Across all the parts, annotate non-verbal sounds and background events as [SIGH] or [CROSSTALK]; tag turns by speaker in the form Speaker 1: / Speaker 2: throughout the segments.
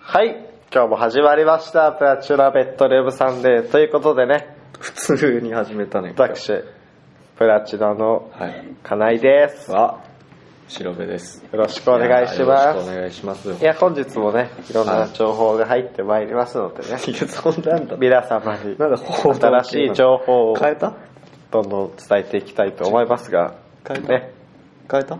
Speaker 1: はい今日も始まりました「プラチナベッドルームサンデー」ということでね
Speaker 2: 普通に始めたね
Speaker 1: 私プラチナの
Speaker 2: はい
Speaker 1: 金井ですよ
Speaker 2: あ白部です
Speaker 1: ろしくお願いし
Speaker 2: やよ
Speaker 1: ま
Speaker 2: ろし
Speaker 1: す
Speaker 2: くお願いします
Speaker 1: いや本日もねいろんな
Speaker 2: はい
Speaker 1: 情報が入ってまいりますのでね
Speaker 2: いやそんなんだ
Speaker 1: 皆様に
Speaker 2: なんだ報道系な
Speaker 1: 新
Speaker 2: の
Speaker 1: しい情報を
Speaker 2: 変えた
Speaker 1: どんどん伝えていきたいと思いますが
Speaker 2: 変えた
Speaker 1: ね
Speaker 2: 変えた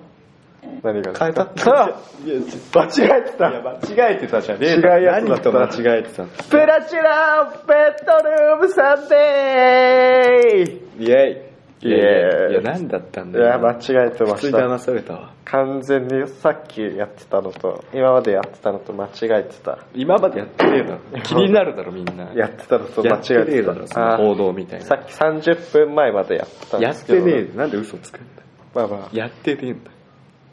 Speaker 1: 何が
Speaker 2: 変え
Speaker 1: [LAUGHS]
Speaker 2: た
Speaker 1: あ間違えてた間違えてたじゃね
Speaker 2: 違
Speaker 1: 違う
Speaker 2: う
Speaker 1: や
Speaker 2: や
Speaker 1: つ
Speaker 2: つ
Speaker 1: だ
Speaker 2: だ
Speaker 1: っ
Speaker 2: ったた
Speaker 1: な
Speaker 2: 間違えてた
Speaker 1: プラチナベッドルームサンデ
Speaker 2: イエ
Speaker 1: イ
Speaker 2: イ
Speaker 1: エイ
Speaker 2: いや何だった
Speaker 1: ー
Speaker 2: ん
Speaker 1: い
Speaker 2: だよ
Speaker 1: や間違えてま
Speaker 2: 普通
Speaker 1: し
Speaker 2: に
Speaker 1: た
Speaker 2: 騙されたわ
Speaker 1: 完全にさっきやってたのと今までやってたのと間違えてた
Speaker 2: 今までやってねえだろ気になるだろみんな
Speaker 1: やってたのと間
Speaker 2: や
Speaker 1: 違
Speaker 2: ってね
Speaker 1: え
Speaker 2: え
Speaker 1: てた
Speaker 2: だろその報道みたい
Speaker 1: あーさ
Speaker 2: な
Speaker 1: っき30分前までやってたん
Speaker 2: や
Speaker 1: で
Speaker 2: っ
Speaker 1: すけど
Speaker 2: てねえなんで嘘つくんだ
Speaker 1: まあまあ
Speaker 2: やってねえんだ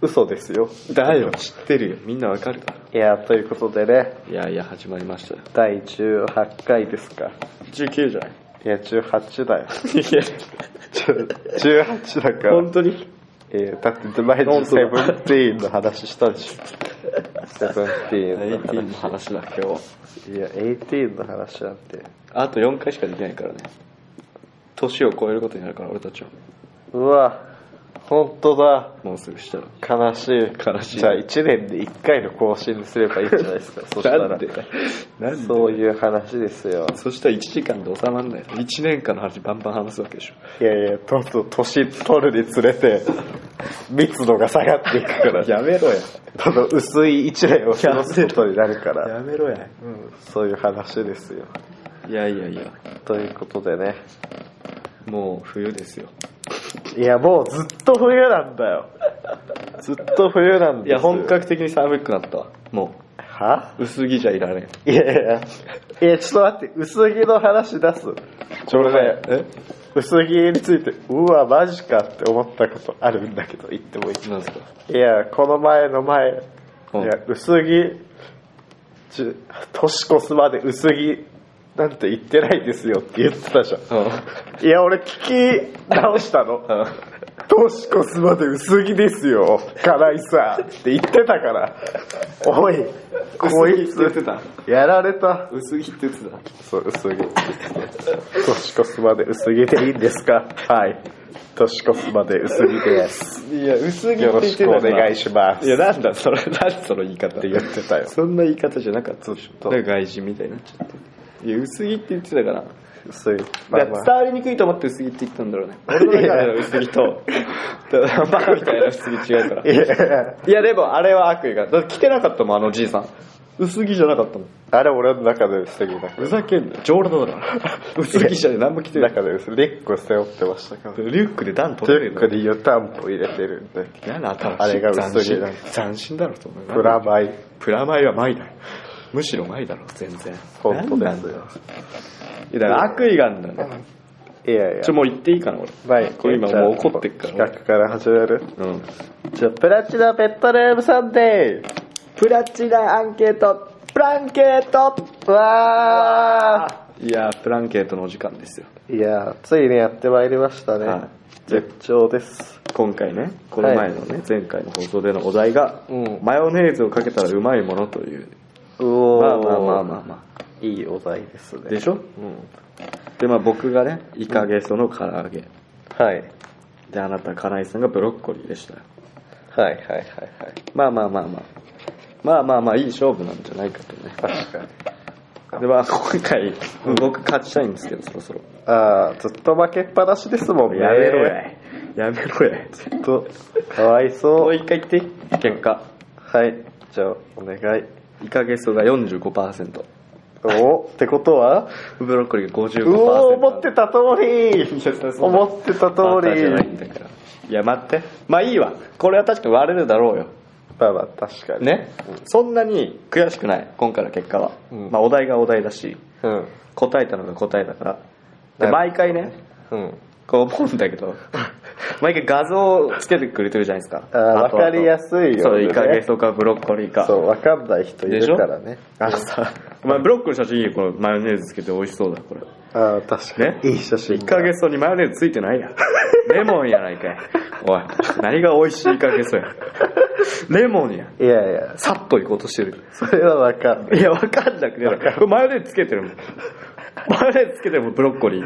Speaker 1: 嘘ですよ
Speaker 2: だよ知ってるよみんなわかるだろ
Speaker 1: いやということでね
Speaker 2: いやいや始まりましたよ
Speaker 1: 第18回ですか
Speaker 2: 19じゃない
Speaker 1: いや18だよ
Speaker 2: いや
Speaker 1: ちょ18だから
Speaker 2: 本当に
Speaker 1: えー、だって毎日セブンティーンの話したでし
Speaker 2: [LAUGHS]
Speaker 1: ょセブンティーンの
Speaker 2: 18の
Speaker 1: 話
Speaker 2: 話だ今日
Speaker 1: いやエイティーンの話なんて
Speaker 2: あと4回しかできないからね年を超えることになるから俺たちは
Speaker 1: うわ本当だ
Speaker 2: もうすぐしたら
Speaker 1: 悲しい
Speaker 2: 悲しい
Speaker 1: じゃあ1年で1回の更新にすればいいんじゃ [LAUGHS] ないですかそした
Speaker 2: な
Speaker 1: ら
Speaker 2: んでなんで
Speaker 1: そういう話ですよ
Speaker 2: そしたら1時間で収まらない1年間の話バンバン話すわけでしょ
Speaker 1: いやいやどんどん年取るにつれて密度が下がっていくから
Speaker 2: やめろや
Speaker 1: どんどん薄い1年を過ごすことになるから、
Speaker 2: めろや
Speaker 1: うん、そういう話ですよ
Speaker 2: いやいやいや
Speaker 1: ということでね
Speaker 2: もう冬ですよ
Speaker 1: いやもうずっと冬なんだよずっと冬なんです
Speaker 2: い
Speaker 1: よ
Speaker 2: や本格的に寒くなったわも
Speaker 1: は
Speaker 2: う薄着じゃいられん
Speaker 1: いやいやいやいやちょっと待って薄着の話出すちょうどね
Speaker 2: え
Speaker 1: 薄着についてうわマジかって思ったことあるんだけど言ってもいい
Speaker 2: なんすか
Speaker 1: いやこの前の前い
Speaker 2: うん
Speaker 1: や薄着ちゅ年越すまで薄着なんて言ってないですよって言ってたじゃ
Speaker 2: [LAUGHS]
Speaker 1: ん
Speaker 2: うん
Speaker 1: いや俺聞き直したの
Speaker 2: うん
Speaker 1: 年越すまで薄着ですよ金井さんって言ってたか
Speaker 2: [LAUGHS]
Speaker 1: らおいこい
Speaker 2: 薄着って言って
Speaker 1: つ
Speaker 2: た
Speaker 1: やられた
Speaker 2: 薄着って言ってた
Speaker 1: そう薄着年越すまで薄着でいいんですかはい年越すまで薄着
Speaker 2: [LAUGHS]
Speaker 1: です
Speaker 2: いや薄着って
Speaker 1: よろ
Speaker 2: 言
Speaker 1: し
Speaker 2: っ
Speaker 1: く
Speaker 2: て
Speaker 1: お
Speaker 2: た
Speaker 1: 願いします
Speaker 2: いやなんだそれなんその言い方
Speaker 1: って言ってたよ
Speaker 2: そんな言い方じゃなかったでし
Speaker 1: と
Speaker 2: ょなんか外人みたいになっちゃっていや薄着って言ってたから,、
Speaker 1: 薄着まあ
Speaker 2: だから
Speaker 1: ま
Speaker 2: 伝わりにくいと思って薄着って言ったんだろうね [LAUGHS] 俺の中での薄着とだバカみたいな薄着違うか
Speaker 1: あ
Speaker 2: ら
Speaker 1: いや
Speaker 2: [LAUGHS] いやでもあれは悪意がだって着てなかったもんあのじいさん薄着じゃなかったもん
Speaker 1: あれ俺の中で薄着だ
Speaker 2: ふざけんなよ上裸だ [LAUGHS] から薄着じゃねえ何も着てない
Speaker 1: 中で薄着リュック背負ってましたからリ
Speaker 2: リュックで段取れ
Speaker 1: ュ
Speaker 2: る
Speaker 1: ックに湯たんぽ入れてるんで
Speaker 2: なんだ新しい
Speaker 1: あれが薄着
Speaker 2: 斬新
Speaker 1: だ
Speaker 2: 斬新だろそんな
Speaker 1: プラマイ
Speaker 2: プラマイは前だよむしろ前だろ全然
Speaker 1: 本当です
Speaker 2: よいやだから悪意があるんだよね
Speaker 1: いやいや
Speaker 2: ちょもう言っていいかな俺
Speaker 1: ない
Speaker 2: これ今もう怒ってっから
Speaker 1: 企画から始める
Speaker 2: うん
Speaker 1: じゃあプラチナベッドルームサンデー
Speaker 2: プラチナアンケートプランケート
Speaker 1: うわ
Speaker 2: いやープランケートのお時間ですよ
Speaker 1: ーいやーついにやってまいりましたね、
Speaker 2: はい
Speaker 1: 絶頂です
Speaker 2: 今回ねこの前のね前回の放送でのお題が
Speaker 1: うん
Speaker 2: マヨネーズをかけたらうまいものという
Speaker 1: うお
Speaker 2: まあまあまあまあま
Speaker 1: あいいお題です
Speaker 2: あ
Speaker 1: ね
Speaker 2: でしょでまあ僕がねイカゲソの唐揚げ
Speaker 1: はい
Speaker 2: であなた金井さんがブロッコリーでしたよ
Speaker 1: はいはいはいはい
Speaker 2: まあまあまあまあまあまあまあいい勝負なんじゃないかとね
Speaker 1: 確かに
Speaker 2: でまあ今回僕勝ちたいんですけどそろそろ
Speaker 1: ああずっと負けっぱなしですもんね
Speaker 2: やめろややめろや
Speaker 1: ずっとかわい
Speaker 2: も
Speaker 1: そうう
Speaker 2: 一回言って結果
Speaker 1: はいじゃあお願い
Speaker 2: イカゲソが45%
Speaker 1: おってことは
Speaker 2: ブロッコリーが55%
Speaker 1: うおー思ってた通り
Speaker 2: いやそりゃそうだ
Speaker 1: 思ってた通
Speaker 2: バターじゃない
Speaker 1: り
Speaker 2: んだからいや待ってまあいいわこれは確かに割れるだろうよ
Speaker 1: まあまあ確かに
Speaker 2: ね、そんなに悔しくない今回の結果は、
Speaker 1: うん
Speaker 2: まあお題がお題だし
Speaker 1: うん
Speaker 2: 答えたのが答えだから
Speaker 1: な
Speaker 2: で
Speaker 1: る
Speaker 2: 毎回ね
Speaker 1: うん
Speaker 2: こう思うんだ
Speaker 1: [LAUGHS]
Speaker 2: けど毎回画像をつけてくれてるじゃないですか
Speaker 1: あーわかりやすいよね
Speaker 2: そうイカゲソかブロッコリーか
Speaker 1: そう分かんない人いるからね
Speaker 2: あのさお前ブロッコリーの写真いいよこのマヨネーズつけて美味しそうだこれ
Speaker 1: ああ確かに、
Speaker 2: ね
Speaker 1: いい写真
Speaker 2: イカゲソにマヨネーズついてないやんレモンやないかいおい何が美味しいイカゲソやレモンやん
Speaker 1: いやいや、
Speaker 2: さっといこうとしてる
Speaker 1: それはわかんない。
Speaker 2: いやわかんなくねこれマヨネーズつけてるもんマヨネーズつけてるもんブロッコリー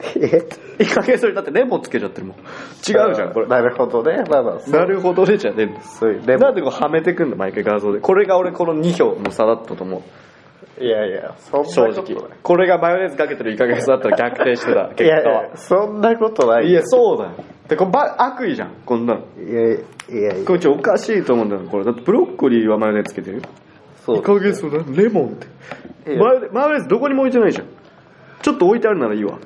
Speaker 1: え
Speaker 2: いい加減それだってレモンつけちゃってるもん違うじゃんこれ
Speaker 1: なるほどね。まあまあ、
Speaker 2: なるほどねじゃねえんです
Speaker 1: そういう、レモ
Speaker 2: な
Speaker 1: ン
Speaker 2: んでこうはめてくんの毎回画像でこれが俺この2票の差だったと思う
Speaker 1: いやいや、そんな
Speaker 2: 正
Speaker 1: ことない
Speaker 2: 直これがマヨネーズかけてるイカゲソだったら逆転してた結
Speaker 1: いやい
Speaker 2: 果は
Speaker 1: や、そんなことないい。
Speaker 2: やそうだよでこれば悪意じゃんこんなの
Speaker 1: いやいやいや
Speaker 2: こ、れちょおかしいと思うんだよこれだってブロッコリーはマヨネーズつけてる
Speaker 1: そう
Speaker 2: イ。カゲソだレモンって
Speaker 1: いや
Speaker 2: マヨネマヨネーズどこにも置いてないじゃんちょっと置いてあるならいいわ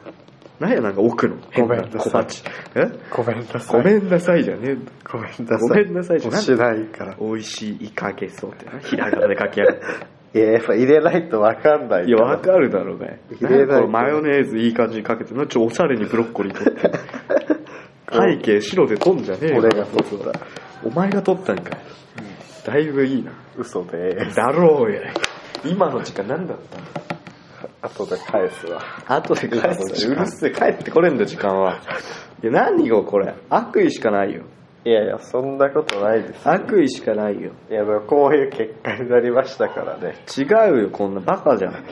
Speaker 2: 何やなんか奥の変
Speaker 1: ごめんなさい
Speaker 2: 小鉢え
Speaker 1: ごめんなさ
Speaker 2: ご
Speaker 1: い。
Speaker 2: めんなさいじゃねえんだ
Speaker 1: ごめんなさい。
Speaker 2: ごめんなさいじゃない
Speaker 1: しないから。
Speaker 2: 美味しいイカゲソってなひらがなで書き上がって
Speaker 1: いや、やっぱ入れないとわかんない
Speaker 2: いや、わかるだろうね。
Speaker 1: 入れないと
Speaker 2: なんかこのマヨネーズいい感じにかけてるの、ちょ、おしゃれにブロッコリー取って。背景白で取んじゃねえよ。
Speaker 1: 俺がそうだ。
Speaker 2: お前が取ったんかい。だいぶいいな。
Speaker 1: 嘘です。
Speaker 2: だろうや。今の時間何だったの
Speaker 1: 後で返すわ。
Speaker 2: 後で
Speaker 1: 返す
Speaker 2: うるせえ、帰ってこれんだ、時間は。いや、何よ、これ。悪意しかないよ。
Speaker 1: いやいや、そんなことないです。
Speaker 2: 悪意しかないよ。
Speaker 1: いや、でもこういう結果になりましたからね。
Speaker 2: 違うよ、こんな。バカじゃん。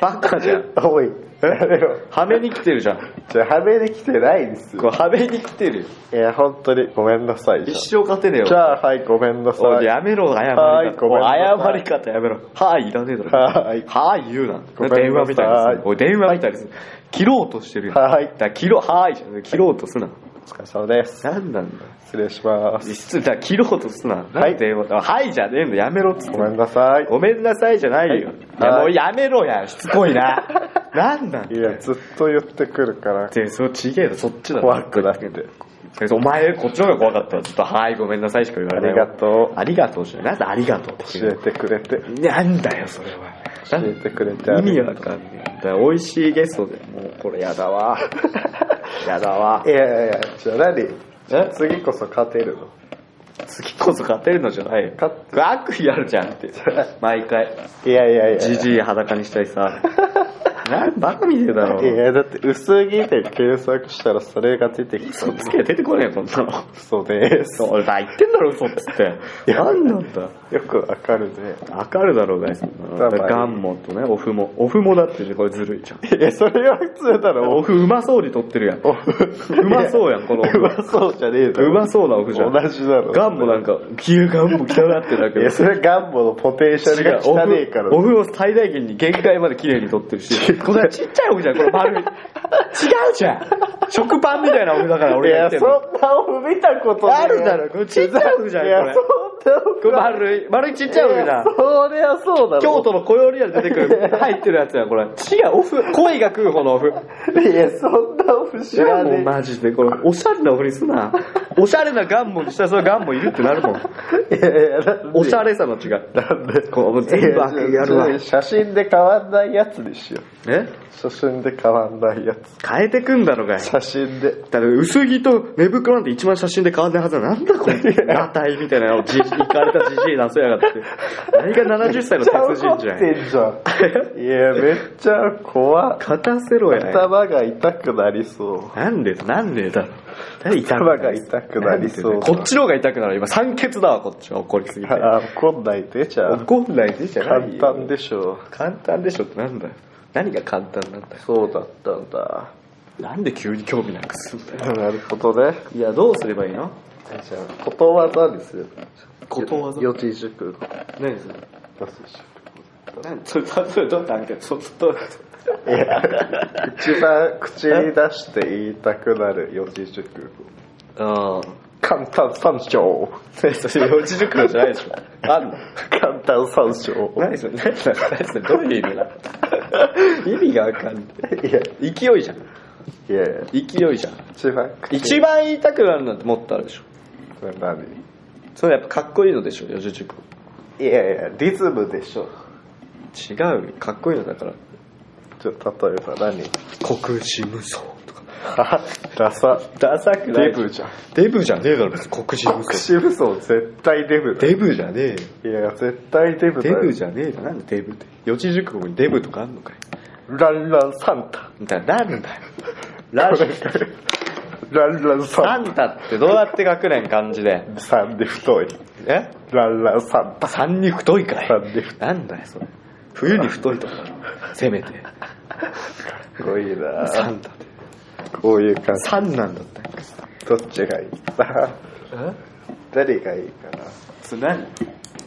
Speaker 2: バカじゃ [LAUGHS] ん。
Speaker 1: おい。 [LAUGHS] でも
Speaker 2: はめに来てるじゃん。
Speaker 1: じゃあ、はめに来てないです
Speaker 2: これ
Speaker 1: よ。
Speaker 2: はめに来てるよ。
Speaker 1: いや、本当にごめんなさい。じ
Speaker 2: 一
Speaker 1: ゃ
Speaker 2: 生勝てねえよ
Speaker 1: あ、。じゃあはい、ごめんなさ
Speaker 2: おい
Speaker 1: い。
Speaker 2: やめろ、謝り
Speaker 1: はい
Speaker 2: 方。
Speaker 1: ごめんなさい
Speaker 2: おい謝り方やめろ。はい、いらねえだろ。
Speaker 1: はい
Speaker 2: はい、言う
Speaker 1: ごめんな
Speaker 2: な。
Speaker 1: さい
Speaker 2: 電話みたいにする。おい、電話みたいにする。切ろうとしてるよ。
Speaker 1: はい
Speaker 2: だから切ろう、はいじゃん切ろうとすな。
Speaker 1: お疲れ様です。
Speaker 2: なんなんだよ。
Speaker 1: 失礼します。
Speaker 2: 実質、だから切ろうとすな。
Speaker 1: はい
Speaker 2: なんで電話だはいじゃねえんだ、やめろっつって
Speaker 1: ご。めんなさい。
Speaker 2: ごめんなさいじゃないよ。
Speaker 1: はい
Speaker 2: いや、も
Speaker 1: は
Speaker 2: う
Speaker 1: い
Speaker 2: やめろ
Speaker 1: [LAUGHS]
Speaker 2: や。しつこいな。 [LAUGHS] なんなん
Speaker 1: い
Speaker 2: だよ
Speaker 1: や、ずっと言ってくるから、
Speaker 2: で、そう、ちげえだ、そっちだろ。
Speaker 1: 怖くなって。
Speaker 2: お前、こっちの方が怖かったわ。ずっと、はい、ごめんなさいしか言わ
Speaker 1: あ
Speaker 2: れな
Speaker 1: り
Speaker 2: いわ。
Speaker 1: がとう。
Speaker 2: ありがとうじゃない。なんでありがとうって言う
Speaker 1: 教
Speaker 2: の
Speaker 1: えてくれて、
Speaker 2: なんだよそれは
Speaker 1: 教えてくれて
Speaker 2: 意
Speaker 1: あり
Speaker 2: 味
Speaker 1: がとう
Speaker 2: わかんねえだから美味しいゲストでもうこれやだわ [LAUGHS] やだわ [LAUGHS]
Speaker 1: いやいやいや、じゃあ何
Speaker 2: え
Speaker 1: 次こそ勝てるの
Speaker 2: 次こそ勝てるのじゃないよ
Speaker 1: 勝
Speaker 2: 悪意あるじゃんって毎回
Speaker 1: いやいやいや。
Speaker 2: じじい裸にしたり [LAUGHS] さなんバカ見てるだろ
Speaker 1: いや、だって、薄着で検索したらそれが出てきた
Speaker 2: 嘘つけ出てこねえよそんなの
Speaker 1: そうです。
Speaker 2: そう俺さ言ってんだろ嘘っつって何なんだ
Speaker 1: よくわかるね。
Speaker 2: わかるだろうがそんなの
Speaker 1: まあまあ
Speaker 2: ガンモとねオフもオフもだってねこれずるいじゃん
Speaker 1: いや、それは普通だろ。
Speaker 2: オフうまそうに撮ってるやん
Speaker 1: お
Speaker 2: うまそうやんこの
Speaker 1: うまそうじゃねえだ
Speaker 2: う
Speaker 1: ろ。
Speaker 2: まそうなオフじゃん
Speaker 1: 同じだろ。
Speaker 2: ガンもなんか、キューガンも汚なってるだけ
Speaker 1: い
Speaker 2: ど
Speaker 1: や、。それはガンボのポテンシャルが汚ねえから。
Speaker 2: オフを最大限に限界まで綺麗に取ってるし、これちっちゃいオフじゃん、これ丸い。違うじゃん食パンみたいなオフだから
Speaker 1: い
Speaker 2: 俺が
Speaker 1: や、
Speaker 2: 言って
Speaker 1: そ
Speaker 2: んの
Speaker 1: んなオフ見たことない。
Speaker 2: あるだろこれちっちゃいオフじゃん
Speaker 1: いや
Speaker 2: こ、れ
Speaker 1: そんなオフ
Speaker 2: これ丸い、丸いちっちゃいオフじゃん。
Speaker 1: そりゃそうだろ。
Speaker 2: 京都の小料理屋で出てくる、入ってるやつやん、これ。違う、オフ、恋が食う方のオフ。
Speaker 1: いや、そんなオフ知
Speaker 2: いや
Speaker 1: ら
Speaker 2: もう
Speaker 1: ね
Speaker 2: マジで、これ、おしゃれなオフにすな。おしゃれなガンモにしたら、それガンモいるってなるもん。
Speaker 1: え。いやいや、なんで
Speaker 2: おしゃれさの違い。
Speaker 1: なんで
Speaker 2: こうもう全部悪意あるわ
Speaker 1: い。じゃあ写真で変わんないやつにしよう。
Speaker 2: え
Speaker 1: 写真で変わんないやつ。
Speaker 2: 変えてくんだろかい。
Speaker 1: 写真で。
Speaker 2: だから薄着と寝袋なんて一番写真で変わんないはずだなんだこれガタイみたいなのじじいかれたじじいなせやがって何が70歳の鉄人じゃん
Speaker 1: めっちゃ怒ってんじゃん。いや、めっちゃ怖っ
Speaker 2: 勝たせろや
Speaker 1: 頭が痛くなりそう。
Speaker 2: なんでなんでだろなんで痛く
Speaker 1: 頭
Speaker 2: な
Speaker 1: が
Speaker 2: り
Speaker 1: 痛くなりそう。
Speaker 2: こっちの方が痛くなる今酸欠だわこっちは怒りすぎて
Speaker 1: あ、怒んないで、じゃあ。
Speaker 2: 怒んないでじゃな
Speaker 1: 簡
Speaker 2: いよ
Speaker 1: 単でしょう。
Speaker 2: 簡単でしょってなんだよ何が簡単なんだよ
Speaker 1: そうだったんだ。
Speaker 2: なんで急に興味なくすんだよ
Speaker 1: なるほどね。
Speaker 2: いやどうすればいいの
Speaker 1: じゃあ、ことわざですよ。
Speaker 2: ことわざ
Speaker 1: 四字熟語。
Speaker 2: 何それ
Speaker 1: 四字熟
Speaker 2: 何それ例えどうなんかちょっと
Speaker 1: 語いや、一番口に出して言いたくなる四字熟語。
Speaker 2: ああ
Speaker 1: 簡単三章。
Speaker 2: [LAUGHS] それ四字熟語じゃないでしょ。あんの
Speaker 1: 簡単三章。
Speaker 2: 何それ何それ何それどういう意味だ [LAUGHS] 意味がわかんない。
Speaker 1: いや、
Speaker 2: 勢いじゃん。
Speaker 1: いやいや、
Speaker 2: 勢いじゃん。
Speaker 1: 一番口に
Speaker 2: 一番言いたくなるなんてもっとあるでしょ。
Speaker 1: 何
Speaker 2: それやっぱかっこいいのでしょ、四字熟語。
Speaker 1: いやいや、リズムでしょ。
Speaker 2: 違うよ。かっこいいのだから。
Speaker 1: ちょ、例えば何
Speaker 2: 国士無双とか。
Speaker 1: はダサ。
Speaker 2: ダサ
Speaker 1: デ
Speaker 2: くない。
Speaker 1: ブじゃん。
Speaker 2: デブじゃねえだろ、別に国士無
Speaker 1: 国。士武装絶対デブだ。
Speaker 2: デブじゃねえよ。
Speaker 1: いや、絶対デブだ
Speaker 2: デ
Speaker 1: よ。
Speaker 2: ブじゃねえだ。なんでデブって。四字熟語にデブとかあんのかい。
Speaker 1: ランランサンタ。
Speaker 2: [LAUGHS] だからなんだよ。ラジ
Speaker 1: これランラン
Speaker 2: あ
Speaker 1: サン
Speaker 2: んたってどうやって学年漢字で。
Speaker 1: タ。サンで太い。
Speaker 2: え
Speaker 1: ランランサンタ。
Speaker 2: 三に太いかい
Speaker 1: 三に太
Speaker 2: なんだよそれ冬に太いとかせめて
Speaker 1: こいいな
Speaker 2: 三だって
Speaker 1: こういう感じ。
Speaker 2: 三なんだっ
Speaker 1: ど
Speaker 2: た
Speaker 1: っちがいいか
Speaker 2: え
Speaker 1: 誰がいいかな。
Speaker 2: それ何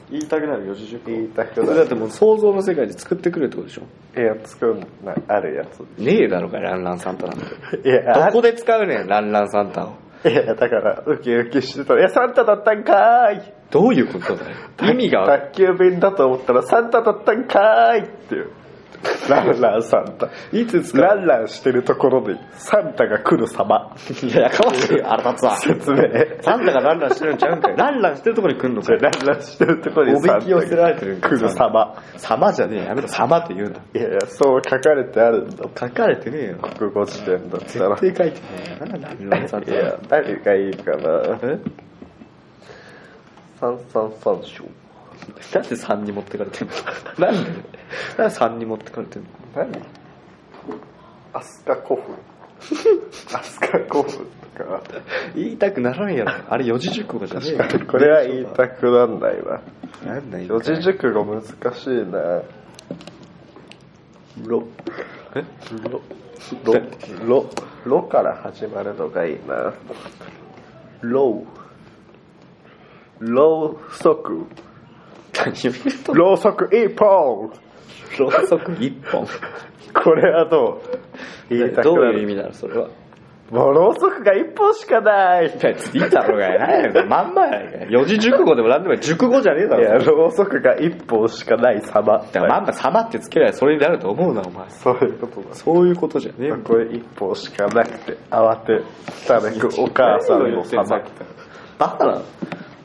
Speaker 2: 言いたくなる四字熟
Speaker 1: 言いた
Speaker 2: そ
Speaker 1: く
Speaker 2: れ
Speaker 1: な
Speaker 2: だっ
Speaker 1: る
Speaker 2: て。もう想像の世界で作ってくれってことでしょ
Speaker 1: いや、作んない。あるやつ。
Speaker 2: ねえだろうかランランサンタなんて
Speaker 1: いや、あ
Speaker 2: どこで使うねんランランサンタを
Speaker 1: いや、だから、ウキウキしてた。いや、サンタだったんかーい。
Speaker 2: どういうこと [LAUGHS] だよ意味が
Speaker 1: 宅急便だと思ったらサンタだったんかーいっていうランランサンタ
Speaker 2: いつ使う
Speaker 1: ランランしてるところでサンタが来る [LAUGHS] 様
Speaker 2: いややかましいよ腹立つ [LAUGHS] わ
Speaker 1: 説明
Speaker 2: サンタがランランしてるんちゃうんかよ [LAUGHS] ランランしてるとこに来んの
Speaker 1: じ
Speaker 2: か
Speaker 1: ゃあ
Speaker 2: よ
Speaker 1: ランランしてるところに
Speaker 2: おび
Speaker 1: サン
Speaker 2: き寄せ
Speaker 1: タ
Speaker 2: ら
Speaker 1: が
Speaker 2: れてるんか
Speaker 1: 来る様
Speaker 2: 様じゃねえやめろ様って言うない
Speaker 1: やいやそう書かれてあるんだ
Speaker 2: 書かれてねえよ
Speaker 1: 国語辞典だったら
Speaker 2: 絶対書いてねえよなんだランランサン
Speaker 1: い
Speaker 2: タ
Speaker 1: や誰がいいかな
Speaker 2: え
Speaker 1: 三三三章
Speaker 2: なんで3に持ってかれてんの [LAUGHS] なんでなんで3に持ってかれてんの
Speaker 1: 何飛鳥古 [LAUGHS] 墳飛鳥古墳とか
Speaker 2: 言いたくならんやろあれ四字熟語じゃねえよ
Speaker 1: これは言いたくなんないわ
Speaker 2: なんだよ
Speaker 1: 四字熟語難しいなロ
Speaker 2: え
Speaker 1: ロロロロから始まるのがいいなロウロウソク
Speaker 2: 何を言うと
Speaker 1: ロウソク一本
Speaker 2: ろうそく1本
Speaker 1: これはどう言いたく
Speaker 2: どう
Speaker 1: な
Speaker 2: いう意
Speaker 1: る
Speaker 2: 味なのそれは
Speaker 1: もうろうそくが一本しかないい
Speaker 2: いいだろうがやないやまんまやが四字熟語でもなんでもない熟語じゃねえだろ
Speaker 1: やろうそくが一本しかない様
Speaker 2: だからまんま様ってつけりゃそれになると思うなお前
Speaker 1: そういうことだ
Speaker 2: そういうことじゃねえよ
Speaker 1: これ一本しかなくて慌てふためくお母さんの様
Speaker 2: バカなの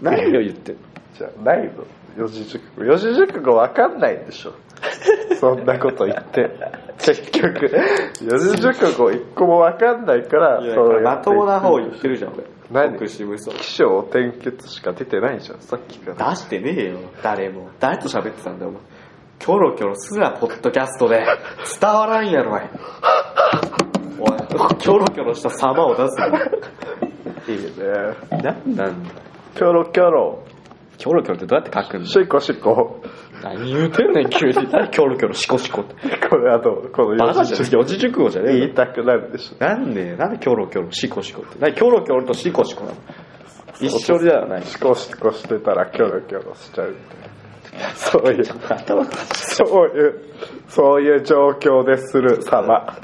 Speaker 2: 何を言ってんの
Speaker 1: じゃあないの四字熟語四字熟語わかんないでし
Speaker 2: [LAUGHS]
Speaker 1: ょそんなこと言って結局四字熟語一個もわかんないから
Speaker 2: いや
Speaker 1: そうや
Speaker 2: ま
Speaker 1: って
Speaker 2: ともな方言ってるじゃん俺
Speaker 1: 何
Speaker 2: 奥渋そう
Speaker 1: 起承転結しか出てないじゃんさっきから
Speaker 2: 出してねえよ誰も誰と喋ってたんだよお前キョロキョロすなポッドキャストで伝わらんやろお前おいキョロキョロした様を出す
Speaker 1: いいね
Speaker 2: ななんなんだ
Speaker 1: キョロキョロ
Speaker 2: キョロキョロってどうやって書くんだ
Speaker 1: シコシコ
Speaker 2: 何言うてんねん急に何キョロキョロシコシコって
Speaker 1: これあとこの
Speaker 2: バカ
Speaker 1: 四
Speaker 2: じ
Speaker 1: 字
Speaker 2: ゃ
Speaker 1: 熟
Speaker 2: ん四字熟語じゃ
Speaker 1: 語
Speaker 2: ねえ
Speaker 1: 言
Speaker 2: よ
Speaker 1: いたくなるでしょ
Speaker 2: なんでなんでキョロキョロシコシコって何キョロキョロとシコシコなの一緒じゃない
Speaker 1: シコシコしてたらキョロキョロしちゃうみたいなそういう
Speaker 2: 頭が
Speaker 1: そういうそういう状況でする様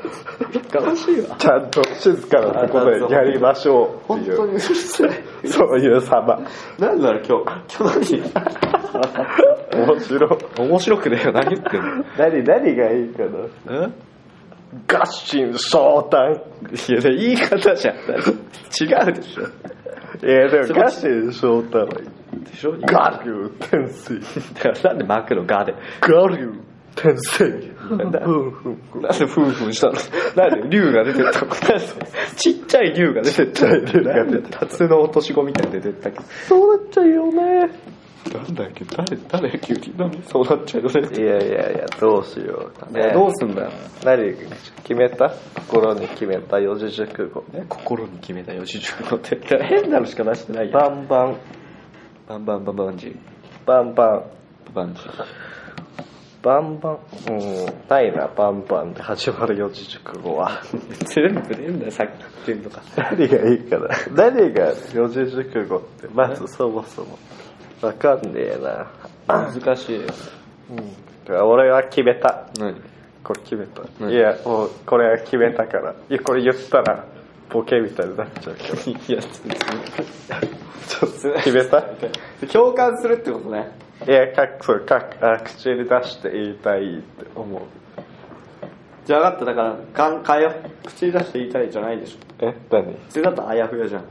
Speaker 2: 悲しいわ
Speaker 1: ちゃんと静かなところでやりましょうっ
Speaker 2: 本
Speaker 1: て
Speaker 2: 当
Speaker 1: い
Speaker 2: に
Speaker 1: う
Speaker 2: うるせえ
Speaker 1: そういう様
Speaker 2: なんだろう今日今日
Speaker 1: 面白い
Speaker 2: 何面白くねえよ何言ってんの
Speaker 1: 何何がいいかな
Speaker 2: え
Speaker 1: 合心相談
Speaker 2: いや言い方じゃん違うでしょ
Speaker 1: いやで
Speaker 2: そ
Speaker 1: も
Speaker 2: れ
Speaker 1: 合心相談はいい
Speaker 2: でしょ
Speaker 1: 我流天水
Speaker 2: だからなんでマクのガで
Speaker 1: 我流天水
Speaker 2: なんだ
Speaker 1: ふんふんふん
Speaker 2: なんでフンフンしたのなんで竜が出てったのなんでちっちゃい竜が出て
Speaker 1: ちっ
Speaker 2: った
Speaker 1: ちゃい竜が出て
Speaker 2: た辰の落とし子みたいに出てったけど
Speaker 1: そうなっちゃうよね
Speaker 2: なんだっけ誰誰急に何そうなっちゃうよ
Speaker 1: いやいやいやどうしようかね
Speaker 2: どうすんだよ
Speaker 1: 何決めた心に決めた四字熟語
Speaker 2: え心に決めたよ四十五って変なのしか出してないよ
Speaker 1: バンバン
Speaker 2: バンバンバンバンジー
Speaker 1: バンバン
Speaker 2: バンジー
Speaker 1: バンバンうんないなバンバンで始まる四字熟語は
Speaker 2: 全部ねえんだよさっき言ってんのか
Speaker 1: 何がいいかな何が四字熟語ってまずそもそもわかんねえな、
Speaker 2: 難しいよ
Speaker 1: うん、俺は決めた
Speaker 2: 何 [LAUGHS]
Speaker 1: これ決めた、
Speaker 2: うん
Speaker 1: いやもうこれは決めたからいやこれ言ったらボケみたいになっちゃうけど
Speaker 2: いや、
Speaker 1: ちょっと決めた
Speaker 2: 共感するってことね。
Speaker 1: いやかそうかあ口に出して言いたいって思う
Speaker 2: じゃあ分かった、だから、かん変えよう。口に出して言いたいじゃないでしょ。
Speaker 1: え何
Speaker 2: それだとあやふやじゃん。
Speaker 1: う